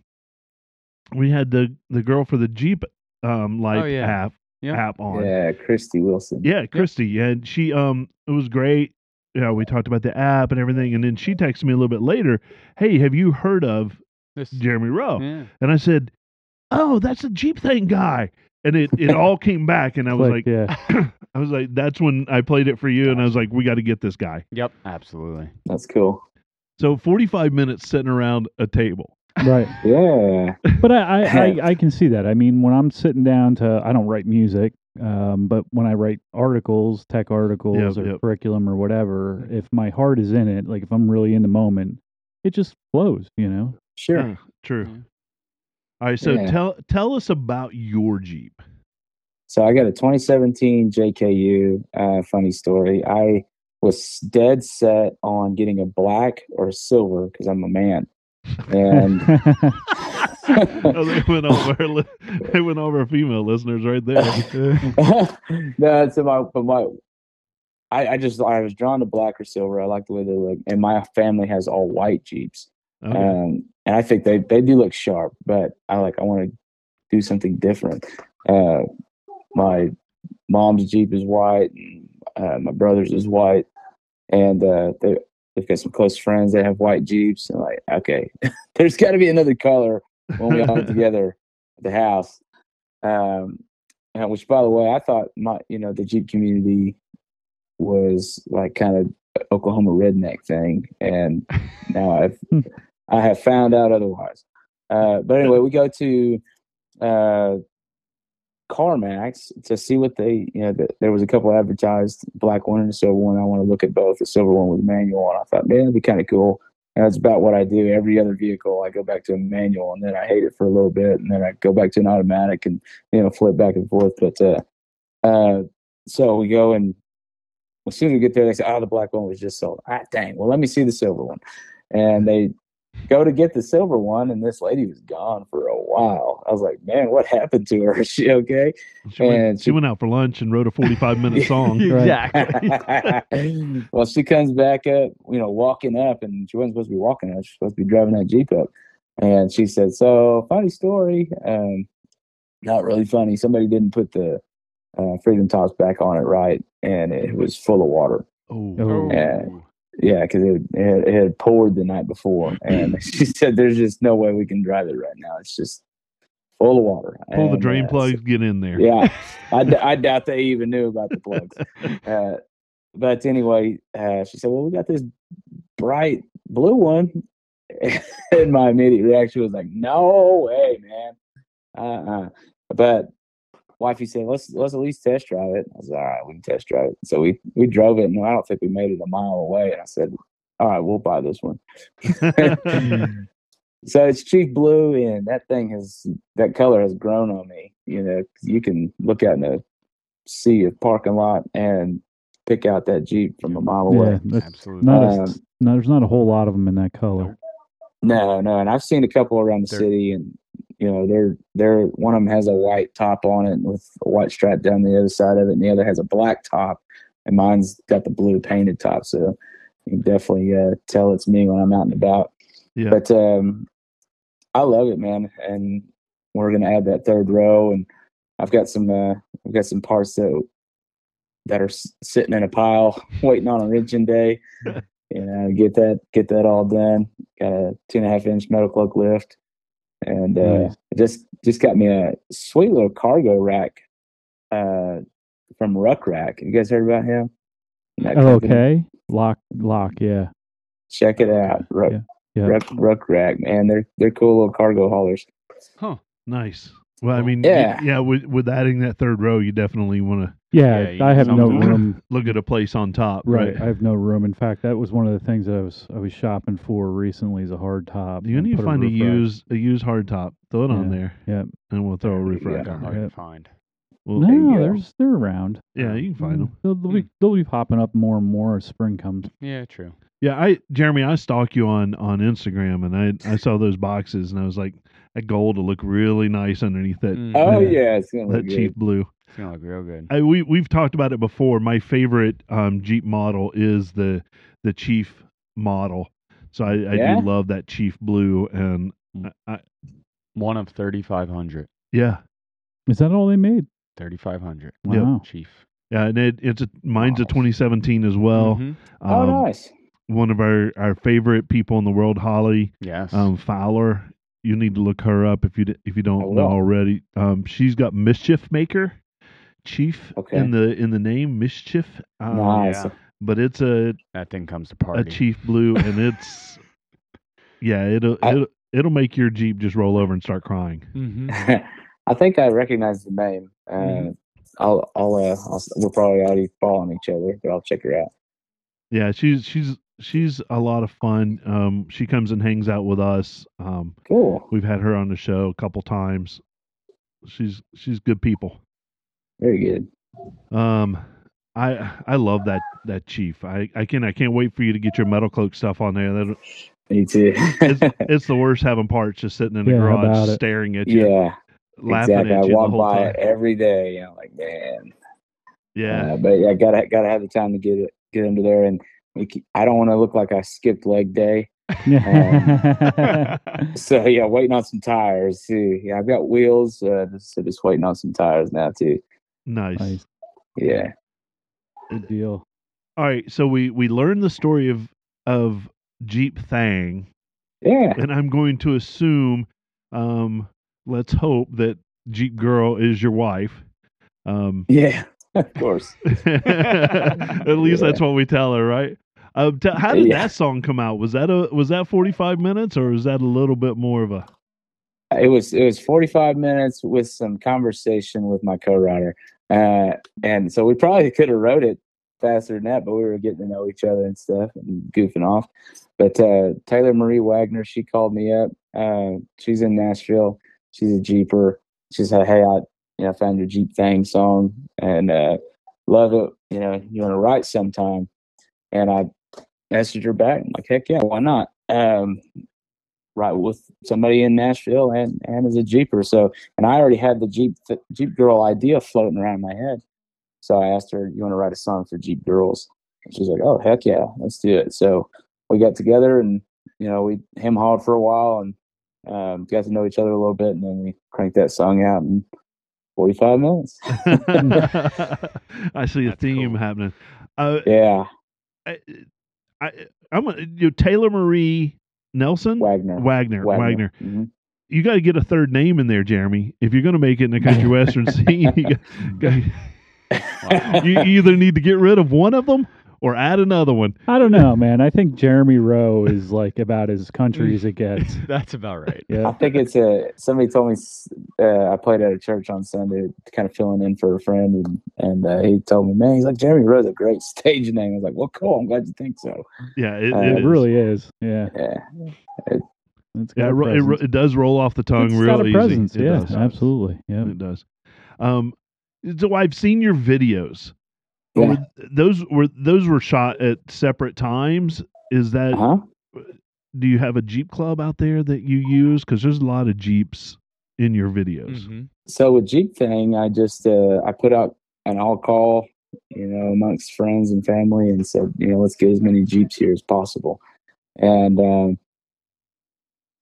we had the the girl for the Jeep um like
yeah.
app
Yeah.
app on. Yeah,
yeah, Christy Wilson.
Christy, and she um it was great. You know, we talked about the app and everything, and then she texted me a little bit later, "Hey, have you heard of
This,
Jeremy Rowe?"
yeah.
And I said, "Oh, that's the Jeep thing guy." And it it all came back, and I was like,
Click, yeah.
I was like, that's when I played it for you, and I was like, we got to get this guy.
Yep. Absolutely.
That's cool.
So forty five minutes sitting around a table.
right.
Yeah,
But I, I, I, I can see that. I mean, when I'm sitting down to, I don't write music, um, but when I write articles, tech articles,
Yep,
or
yep.
curriculum or whatever, if my heart is in it, like if I'm really in the moment, it just flows. You know.
sure.
Yeah, true.
Yeah.
All right, so
Yeah.
tell tell us about your Jeep.
So I got a 2017 JKU. Uh, funny story. I was dead set on getting a black or silver because I'm a man. And
Oh, they went over our li- they went over our female listeners right there.
no, so my, but my, I, I just I was drawn to black or silver. I like the way they look, and my family has all white Jeeps.
Okay.
Um, and I think they, they do look sharp, but I like I want to do something different. Uh, my mom's Jeep is white, and, uh, my brother's is white, and uh, they they've got some close friends that have white Jeeps. And like, okay, there's got to be another color when we all get together at the house. Um, and which, by the way, I thought my you know the Jeep community was like kind of Oklahoma redneck thing, and now I've I have found out otherwise. Uh, but anyway, we go to uh, CarMax to see what they, you know, the, there was a couple advertised black one and a silver one. I want to look at both. The silver one with manual, and I thought, man, that'd be kind of cool. And that's about what I do. Every other vehicle, I go back to a manual, and then I hate it for a little bit, and then I go back to an automatic, and you know, flip back and forth. But uh, uh, so we go and. As soon as we get there, they say, "Oh, the black one was just sold." Ah, dang. Well, let me see the silver one, and they go to get the silver one, and this lady was gone for a while. I was like, man, what happened to her? Is she okay?
she, went,
and
she
she-
went out for lunch and wrote a forty five minute song.
exactly.
well, she comes back up, you know, walking up, and she wasn't supposed to be walking up. She's supposed to be driving that Jeep up. And she said, so funny story. Um, not really funny. Somebody didn't put the uh, freedom tops back on it right, and it was full of water.
Oh,
Oh.
Yeah. Yeah, because it, it, had- it had poured the night before, and she said, "There's just no way we can drive it right now. It's just full of water."
pull the
And,
drain
uh, so-
plugs, get in there.
yeah, I, d- I doubt they even knew about the plugs. Uh, but anyway, uh, she said, "Well, we got this bright blue one," and my immediate reaction was like, "No way, man!" Uh-uh. But wifey said, "Let's let's at least test drive it." I was like, "All right, we can test drive it." So we we drove it, and I don't think we made it a mile away. And I said, "All right, we'll buy this one." so it's chief blue, and that thing has that color has grown on me. You know, you can look out in a sea of parking lot and pick out that jeep from a mile away.
Yeah, that's
Absolutely.
not a,
Um,
no, there's not a whole lot of them in that color.
No, no, and I've seen a couple around the
They're-
city, and you know, they're they're one of them has a white top on it with a white stripe down the other side of it, and the other has a black top, and mine's got the blue painted top, so you can definitely uh, tell it's me when I'm out and about.
Yeah.
But um, I love it, man, and we're gonna add that third row, and I've got some uh, I've got some parts that that are s- sitting in a pile waiting on origin day. You know, get that get that all done. Got a two and a half inch metal cloak lift, and uh,
Nice.
it just just got me a sweet little cargo rack uh, from Ruck Rack. You guys heard about him? That company?
Oh, okay. Lock, lock. Yeah.
check it out. Ruck,
yeah.
Ruck, Ruck Rack, man, they're they're cool little cargo haulers.
Nice. Well, I mean, yeah,
Yeah.
yeah with, with adding that third row, you definitely want to
Yeah.
Yeah, you
I
need
have no
something.
room.
look at a place on top,
Right.
right?
I have no room. In fact, that was one of the things that I was I was shopping for recently is a hard top.
You
and
need to
put
find a,
roof rack.
used a used hard top. Throw it on
Yeah,
there.
yeah.
And we'll throw a roof
Yeah,
rack
they're
on
hard
there.
Yeah.
to find.
Well,
There you
No,
go.
there's they're around.
yeah, you can find
Mm,
them.
They'll, they'll be they'll be popping up more and more as spring comes.
Yeah, true.
Yeah, I Jeremy, I stalk you on on Instagram, and I I saw those boxes, and I was like, that gold will look really nice underneath that
Mm,
Oh
Yeah.
yeah, it's gonna look
that cheap
good.
blue.
It's gonna look real good.
I, we we've talked about it before. My favorite um, Jeep model is the the Chief model. So I, I
Yeah?
do love that Chief blue, and I, I,
One of 3,500.
yeah,
Is that all they made?
3,500.
Yep.
Wow.
Chief.
yeah, and it, it's a, mine's a
Wow.
2017 as well.
Mm-hmm.
Mhm.
Oh
Um,
nice.
One of our our favorite people in the world, Holly
yes.
um, Fowler. You need to look her up if you d- if you
I
don't know
will.
already. Um, she's got mischief maker, chief
Okay.
in the in the name mischief. Um,
nice.
yeah.
But it's a
that thing comes to party.
a chief blue, and it's yeah, it'll
I-
it'll it'll make your jeep just roll over and start crying.
Mhm.
I think I recognize the name. Uh,
Mm-hmm.
Mhm.
I'll, I'll, uh, I'll, s- we're probably already following each other, but I'll check her out.
Yeah, she's she's she's a lot of fun. Um, she comes and hangs out with us. Um,
Cool.
we've had her on the show a couple times. She's she's good people.
Very good.
Um, I I love that that chief. I I can I can't wait for you to get your metal cloak stuff on there. That
Me too.
it's, it's the worst having parts just sitting in the
Yeah, how about
garage
it?
staring at you,
yeah,
laughing
exactly. I
at you the
walk
whole
by
time.
it every day. You know, like man.
Yeah,
Uh, but yeah, gotta gotta have the time to get it, get into there, and we ke- I don't want to look like I skipped leg day.
Oh,
So yeah, waiting on some tires too. Yeah, I've got wheels, uh, just, so just waiting on some tires now too.
nice.
nice.
Yeah.
Good deal.
All right, so we we learned the story of of Jeep Thang,
Yeah.
and I'm going to assume, um, let's hope that Jeep Girl is your wife. Um,
Yeah. Of course.
At least that's what we tell her, right? Um, t- how did
Yeah.
that song come out? Was that a was that forty five minutes, or was that a little bit more of a?
it was it was 45 minutes with some conversation with my co-writer uh and so we probably could have wrote it faster than that but we were getting to know each other and stuff and goofing off but uh taylor marie wagner she called me up uh she's in nashville she's a jeeper she said hey i you know found your jeep thing song and uh love it you know you want to write sometime and i messaged her back I'm like heck yeah why not um right with somebody in Nashville and and as a jeeper. So and I already had the jeep jeep girl idea floating around in my head. So I asked her, "You want to write a song for Jeep girls?" And she's like, "Oh heck yeah, let's do it." So we got together and you know we him hauled for a while and um, got to know each other a little bit, and then we cranked that song out in 45 minutes.
I see a
That's
theme
cool.
happening. Uh,
Yeah,
I, I I'm a, you know, Taylor Marie Nelson
Wagner.
Wagner Wagner.
Mhm.
You got to get a third name in there, Jeremy. If you're going to make it in the country western scene, you, got, got- you either need to get rid of one of them or add another one.
I don't know, man. I think Jeremy Rowe is like about as country as it gets.
That's about right.
I
Yeah.
think it's a somebody told me s- uh, I played at a church on Sunday, kind of filling in for a friend, and, and uh, he told me, man, he's like Jeremy Rowe's a great stage name. I was like, well, cool. I'm glad you think so.
Yeah, it,
Uh,
it
It
is.
really is. Yeah.
Yeah,
It's got
Yeah,
a
it, ro- it, ro-
presence.
it does roll off the tongue
It's
really
got a presence.
easy. It
Yeah,
does.
absolutely. Yeah.
It does. Um, so I've seen your videos.
Yeah.
Were- those were those were shot at separate times. Is that
huh?
do you have a Jeep club out there that you use? Because there's a lot of Jeeps in your videos.
Mm-hmm.
so with Jeep thing, I just uh, I put out an all call, you know, amongst friends and family, and said, you know, let's get as many Jeeps here as possible, and um,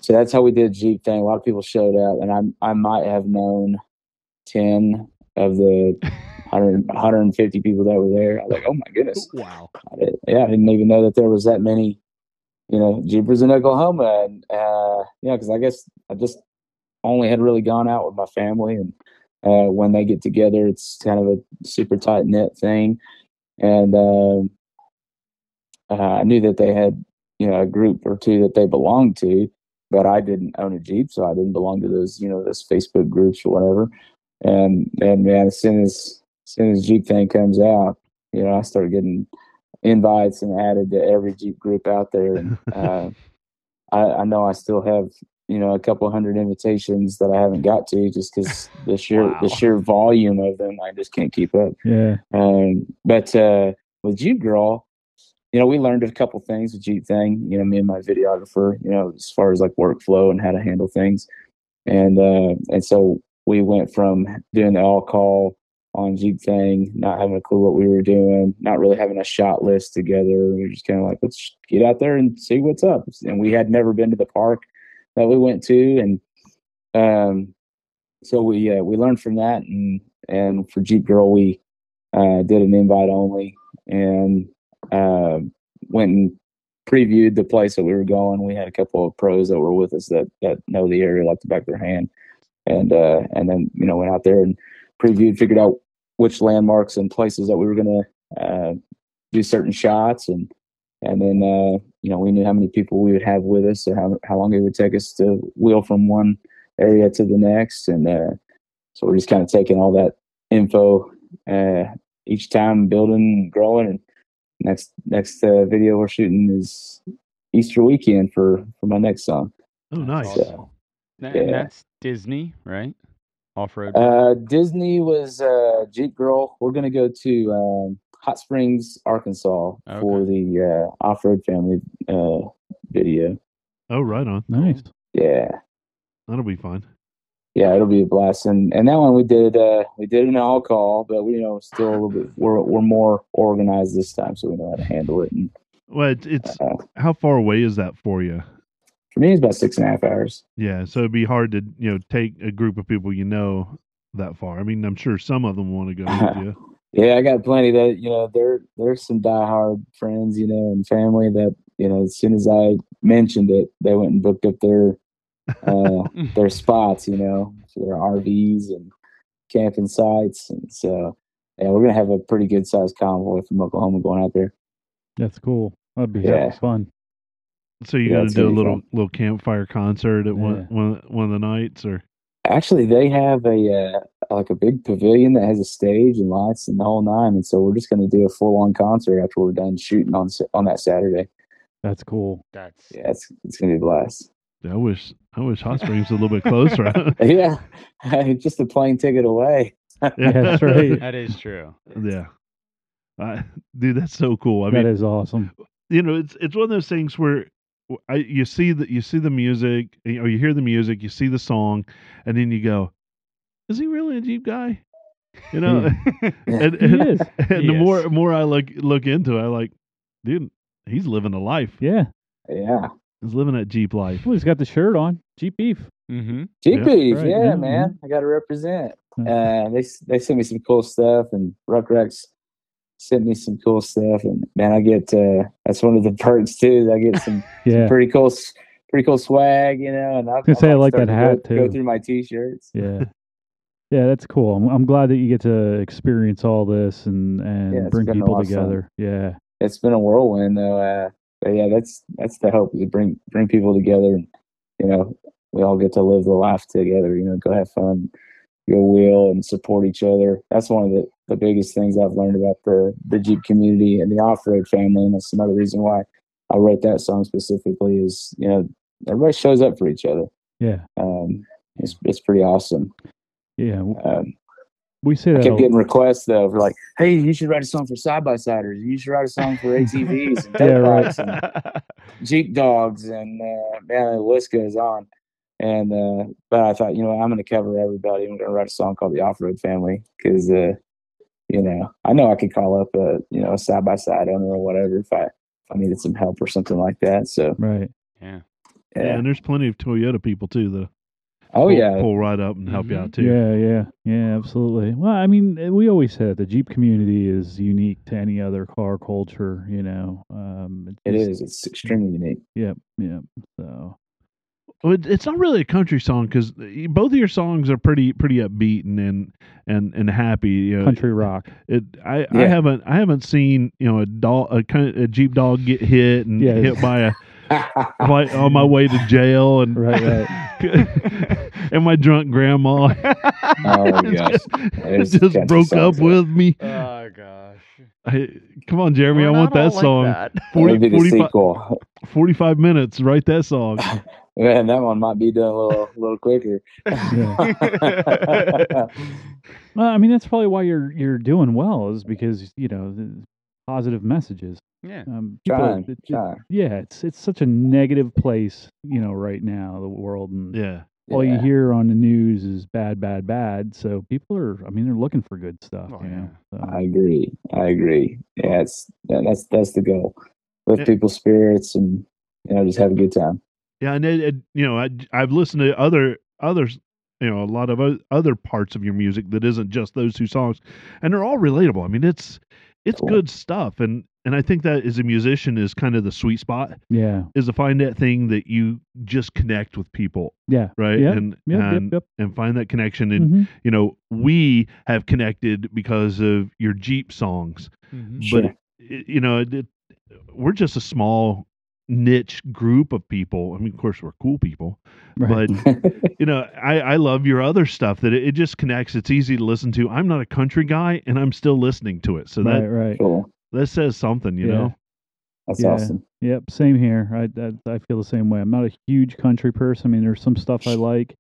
so that's how we did Jeep thing. A lot of people showed up, and I I might have known ten of the 100, 150 people that were there. I was like, oh my goodness,
Wow.
I didn't- yeah, I didn't even know that there was that many, you know, Jeepers in Oklahoma, and uh, yeah, because I guess I just only had really gone out with my family, and uh, when they get together, it's kind of a super tight knit thing, and um uh, I knew that they had you know a group or two that they belonged to, but I didn't own a Jeep, so I didn't belong to those you know those Facebook groups or whatever, and and man, as soon as as soon as Jeep thing comes out, you know, I started getting invites and added to every Jeep group out there.
Mm-hmm.
And uh, I, I know I still have, you know, a couple hundred invitations that I haven't got to just because the sheer the
Wow.
sheer volume of them, I just can't keep up.
Yeah.
Um, but uh, with Jeep Girl, you know, we learned a couple things with Jeep thing. You know, me and my videographer. You know, as far as like workflow and how to handle things, and uh, and so we went from doing the all call on Jeep thing, not having a clue what we were doing, not really having a shot list together. We were just kind of like, let's get out there and see what's up. And we had never been to the park that we went to, and um, so we uh, we learned from that, and and for Jeep Girl, we uh, did an invite only and uh, went and previewed the place that we were going. We had a couple of pros that were with us that, that know the area like the back of their hand. And uh, and then, you know, went out there and previewed, figured out which landmarks and places that we were going to uh, do certain shots. And and then, uh, you know, we knew how many people we would have with us and how, how long it would take us to wheel from one area to the next. And uh, so we're just kind of taking all that info uh, each time building growing and next next uh, video we're shooting is easter weekend for for my next song
Oh, nice.
So-
Tha-
Yeah.
And that's Disney, right? Off road.
uh disney was uh jeep girl we're gonna go to um hot springs arkansas for
Okay.
the uh off-road family uh video
Oh, right on.
Nice.
yeah
That'll be fun.
yeah, it'll be a blast. And and that one we did uh we did an all call, but we you know still a little bit we're we're more organized this time, so we know how to handle it. And
Well, it's, it's
uh,
how far away is that for you?
for me, it's about six and a half hours.
Yeah, so it'd be hard to you know take a group of people you know that far. I mean, I'm sure some of them want to go with you.
Yeah, I got plenty that you know. There, there's some diehard friends, you know, and family that you know. As soon as I mentioned it, they went and booked up their uh, their spots, you know, for their RVs and camping sites. And so, yeah, we're gonna have a pretty good sized convoy from Oklahoma going out there.
That's cool. That'd be
Yeah.
fun.
So you
Yeah,
got to
it's
do a
gonna be
little
fun.
little campfire concert at one,
Yeah.
one one of the nights, or
Actually, they have a uh, like a big pavilion that has a stage and lights and the whole nine. And so, we're just gonna do a full on concert after we're done shooting on Sa- on that Saturday.
That's cool.
that's
Yeah, it's it's gonna be a blast.
I wish I wish Hot Springs was a little bit closer.
Yeah, just a plane ticket away.
Yeah, that's right.
that is true.
Yeah, I, dude, that's so cool. I mean,
that is awesome.
you know, it's it's one of those things where I, you see that you see the music, you know, you hear the music, you see the song, and then you go, "Is he really a Jeep guy?" You know, and,
Hmm. He
and,
is.
and
He
the more
is.
more I look look into it, I like, dude, he's living a life.
Yeah.
Yeah,
He's living that Jeep life.
Well, he's got the shirt on. Jeep beef.
Mm-hmm.
Jeep
Yeah.
beef,
Right,
yeah,
yeah, Mm-hmm.
man. I got to represent.
Yeah.
Uh, they s- they sent me some cool stuff, and Ruck Rex sent me some cool stuff, and man, I get uh, that's one of the perks too. is I get some
Yeah.
pretty cool, s- pretty cool swag, you know. And I,
gonna say I like that
starting to
hat,
go, Go
too.
through my t-shirts.
Yeah. Yeah, that's cool. I'm, I'm glad that you get to experience all this and and
Yeah, it's
bring
been a
people
lot of fun.
together. Yeah.
it's been a whirlwind though. Uh, but yeah, that's that's the hope. You bring bring people together. You know, we all get to live the life together. You know, go have fun, go wheel, and support each other. That's one of the, the biggest things I've learned about the the Jeep community and the off road family. And that's another reason why I wrote that song specifically. Is you know everybody shows up for each other.
Yeah.
Um, it's it's pretty awesome.
Yeah. w-
Um,
We say
I
that.
kept
all-
getting requests though for like, hey, you should write a song for side by siders. You should write a song for ATVs and dirt
Yeah, right.
bikes and Jeep dogs and uh, man, the list goes on. And uh, but I thought, you know, what, I'm going to cover everybody. I'm going to write a song called "The Off Road Family" because uh, you know I know I could call up a you know a side by side owner or whatever if I if I needed some help or something like that. So
Right.
Yeah.
yeah,
and there's plenty of Toyota people too that
oh
pull,
yeah, Mm-hmm.
pull right up and help you out too.
Yeah, yeah, yeah, absolutely. Well, I mean, eh, we always said the Jeep community is unique to any other car culture. You know, um,
it
just-
is. It's extremely unique.
Yep, yep. So
Well, it- it's not really a country song because both of your songs are pretty pretty upbeat and and and, and happy. You know,
country rock.
It, I, I
Yeah.
haven't I haven't seen you know a dog a, kind of- a jeep dog get hit and
Yeah.
hit by a by, on my way to jail and
Right,
and my drunk grandma
oh my gosh, There's
just
country
broke up
songs, yeah.
with me.
Oh gosh.
I, come on, Jeremy, I
We're
want
not all
that
like
song.
that.
That'd be
40,
the
45,
sequel.
45 minutes, write that song.
Man, that one might be done a little, little quicker.
Yeah. Well, I mean, that's probably why you're you're doing well is because you know the positive messages.
Yeah.
Um, people-
Trying,
it- it-
trying.
yeah, it's it's such a negative place, you know, right now the world and
Yeah.
all
Yeah.
you hear on the news is bad, bad, bad. So people are, I mean, they're looking for good stuff.
Oh,
you know?
I agree. I agree. Yeah, it's that- that's that's the goal. Lift
Yeah.
people's spirits and you know just have a good time.
Yeah. And, it, it, you know, I, I've listened to other, others, you know, a lot of o- other parts of your music that isn't just those two songs. And they're all relatable. I mean, it's, it's
Cool.
good stuff. And, and I think that as a musician is kind of the sweet spot
yeah,
is to find that thing that you just connect with people,
yeah,
right?
Yep,
and
yep, yep,
and,
yep.
and find that connection. And
Mhm.
you know, we have connected because of your Jeep songs.
Mm-hmm.
Sure.
but it, you know it, it, we're just a small niche group of people i mean of course we're cool people
Right.
but you know I, I love your other stuff that it, it just connects it's easy to listen to i'm not a country guy and i'm still listening to it so
right,
that
right.
cool.
that says something you
Yeah.
know
That's
Yeah.
awesome.
Yep, same here. I, I I feel the same way. I'm not a huge country person. I mean, there's some stuff I like,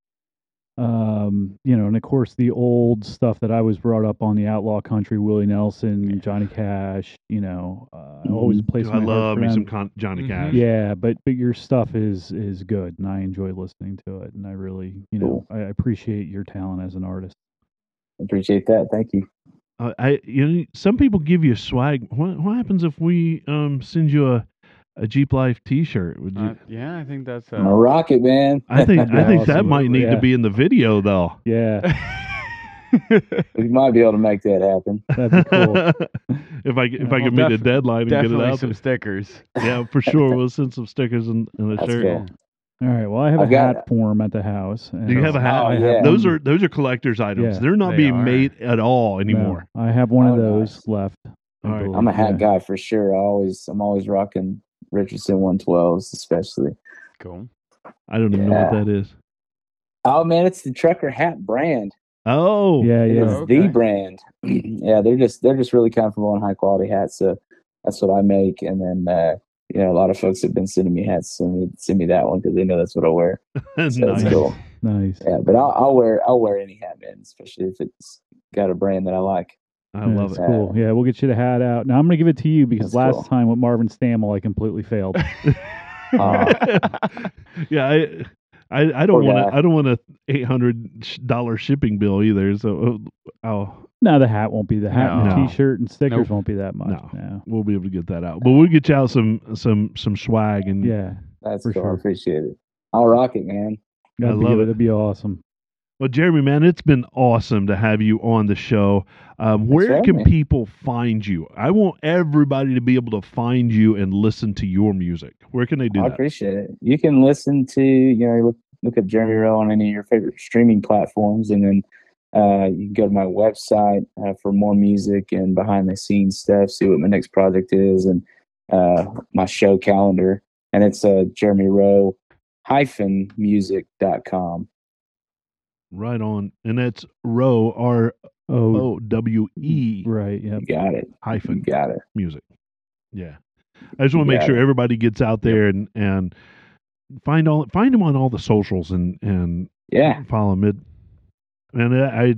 um, you know, and of course the old stuff that I was brought up on the outlaw country, Willie Nelson, Johnny Cash. You know, uh, I always place.
Mm-hmm. Dude,
my
i
heart
love
for
me
them.
some con- johnny
Mm-hmm.
Mhm.
cash
Yeah, but but your stuff is is good, and I enjoy listening to it, and I really, you know,
Cool.
I appreciate your talent as an artist.
Appreciate that. Thank you.
Uh, i you know some people give you swag what, what happens if we um send you a a jeep life t-shirt would you
Uh, yeah, I think that's
I'm a
uh,
rocket man.
I think I
Yeah,
think that
awesome.
might need to
Yeah.
be in the video though.
Yeah,
We might be able to make that happen.
that'd be cool.
if I if I
Well,
could meet a
defi-
deadline and get it
definitely
out,
some stickers.
there. yeah, for sure. We'll send some stickers and, and a
That's
shirt.
cool.
All right. Well, I have a
I've got-
hat form at the house.
Do you
and-
have a hat?
Oh,
I have
yeah.
Those
one.
are those are collectors items.
Yeah.
They're not
They
being
are.
made at all
No,
anymore.
I have one of
Oh,
those
nice.
left. I
All right.
believe,
I'm a hat
yeah.
guy for sure. I always I'm always rocking Richardson 112s especially.
Cool.
I don't even know what
Yeah.
that is.
Oh man, it's the trucker hat brand.
Oh,
Yeah,
It is
yeah.
Oh,
the
okay.
brand. yeah, they're just they're just really comfortable and high quality hats. So that's what I make. And then uh, you know, a lot of folks have been sending me hats. Send me send me that one because they know that's what I wear. So
nice.
it's cool.
Nice.
Yeah, but I'll, I'll wear I'll wear any hat, man. Especially if it's got a brand that I like.
I
Yeah,
love
it's
it.
Cool. Yeah, we'll get you the hat out. Now I'm gonna give it to you because last
That's cool.
time with Marvin Stammel, I completely failed.
Uh,
yeah, I. I, I
Poor
don't want to.
guy.
I don't want a eight hundred dollar shipping bill either. So, uh, I'll
no, the hat won't be the hat. And
No.
the T-shirt and stickers
Nope.
won't be that much.
No.
No.
we'll be able to get that out. But we'll get you out some some some swag and
Yeah.
That's
For
cool.
sure.
I appreciate it. I'll rock it, man.
That'd be
love
good.
it.
It'd be awesome.
Well, Jeremy, man, it's been awesome to have you on the show. Um, where
for
can
having me.
people find you? I want everybody to be able to find you and listen to your music. Where can they do
I
that?
appreciate it. You can listen to you know look look up Jeremy Rowe on any of your favorite streaming platforms, and then Uh, you can go to my website uh, for more music and behind the scenes stuff, see what my next project is, and uh, my show calendar. And it's uh, Jeremy Rowe hyphen music.com.
Right on. And that's Row R
Oh,
O W E
right. Yep.
You got it. You
hyphen
got it.
music. Yeah. I just want to make
Yeah.
sure everybody gets out there and and find all find him on all the socials and and
Yeah.
follow him. It, and I,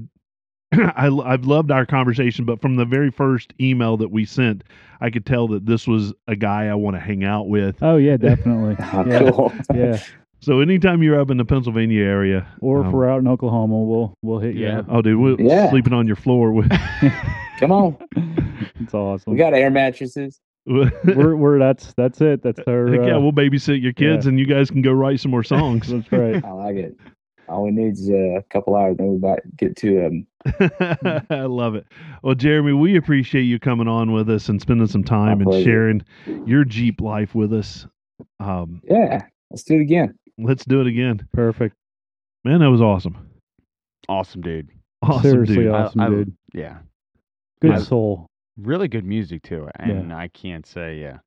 I I have loved our conversation, but from the very first email that we sent, I could tell that this was a guy I want to hang out with.
Oh yeah, definitely. yeah.
Cool.
yeah.
So anytime you're up in the Pennsylvania area,
Or
um,
if we're out in Oklahoma, we'll we'll hit you
Yeah.
up.
oh dude, we're
Yeah.
sleeping on your floor with.
Come on.
It's awesome.
We got air mattresses.
we're, we're that's that's it. That's our
Heck yeah,
uh,
we'll babysit your kids, and you guys can go write some more songs.
that's right.
I like it. All we need is uh, a couple hours, then we might get to um,
I love it. Well, Jeremy, we appreciate you coming on with us and spending some time
My
and
pleasure.
sharing your Jeep life with us. Um,
Yeah, let's do it again.
let's do it again,
Perfect.
man. That was awesome.
Awesome, dude.
Awesome,
Seriously uh,
dude.
awesome,
I-
dude.
Yeah.
Good
I-
soul.
Really good music too. And I can't say, yeah.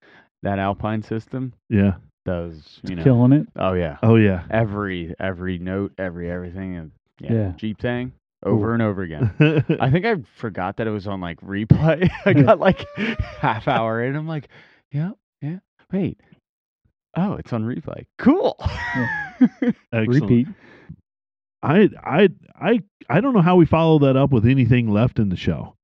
That Alpine system
Yeah.
does, you know.
Killing it.
Oh, yeah.
Oh yeah.
Every, every note, every everything. And, yeah.
Yeah.
Jeep thing over and over again.
yeah.
I think I forgot that it was on like replay. I got like half hour in. I'm like, yeah, yeah. Wait. Oh, it's on replay. Cool.
Excellent.
Repeat.
I I I I don't know how we follow that up with anything left in the show.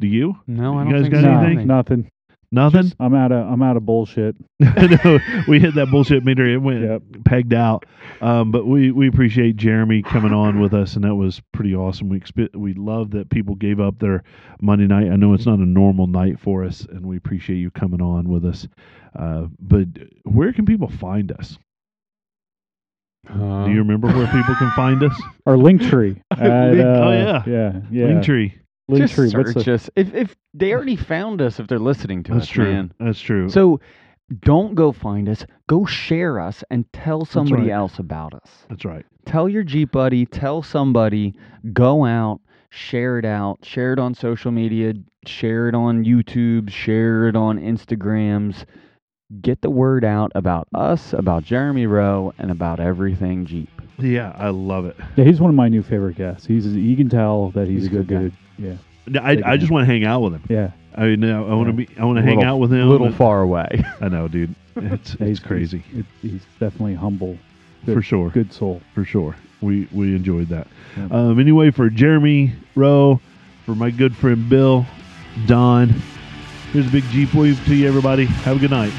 Do you?
no,
You
I don't
guys
think
got
so.
Nah,
anything?
Nothing.
Nothing.
I'm out of I'm out of bullshit.
no, we hit that bullshit meter. It went
Yep.
pegged out. Um, but we, we appreciate Jeremy coming on with us, and that was pretty awesome. We expe- we love that people gave up their Monday night. I know it's not a normal night for us, and we appreciate you coming on with us. Uh, but where can people find us? Do you
Um,
remember where people can find us?
Or Linktree. at,
Link-
uh,
oh, yeah.
Yeah. Yeah.
Linktree.
Just
Linktree. What's
search
the,
us. If, if they already found us, if they're listening to
That's
us,
true.
man.
That's true.
So don't go find us. Go share us and tell somebody
right.
else about us.
That's right.
tell your Jeep buddy, tell somebody, go out, share it out, share it on social media, share it on YouTube, share it on Instagrams. Get the word out about us, about Jeremy Rowe, and about everything Jeep.
Yeah, I love it.
yeah, he's one of my new favorite guests. He's you can tell that he's, a good,
guy.
dude. Yeah.
I, I just want to hang out with him.
Yeah.
I mean, I, I want to
Yeah.
be. I want to hang
Little-
out with him.
A little far away.
I know, dude. It's,
Yeah,
it's
he's-
crazy
He's, he's definitely humble. good-
for sure.
Good soul.
for sure. We we enjoyed that.
Yeah.
Um, anyway, for Jeremy Rowe, for my good friend Bill, Don. Here's a big Jeep wave to you, E everybody. Have a good night.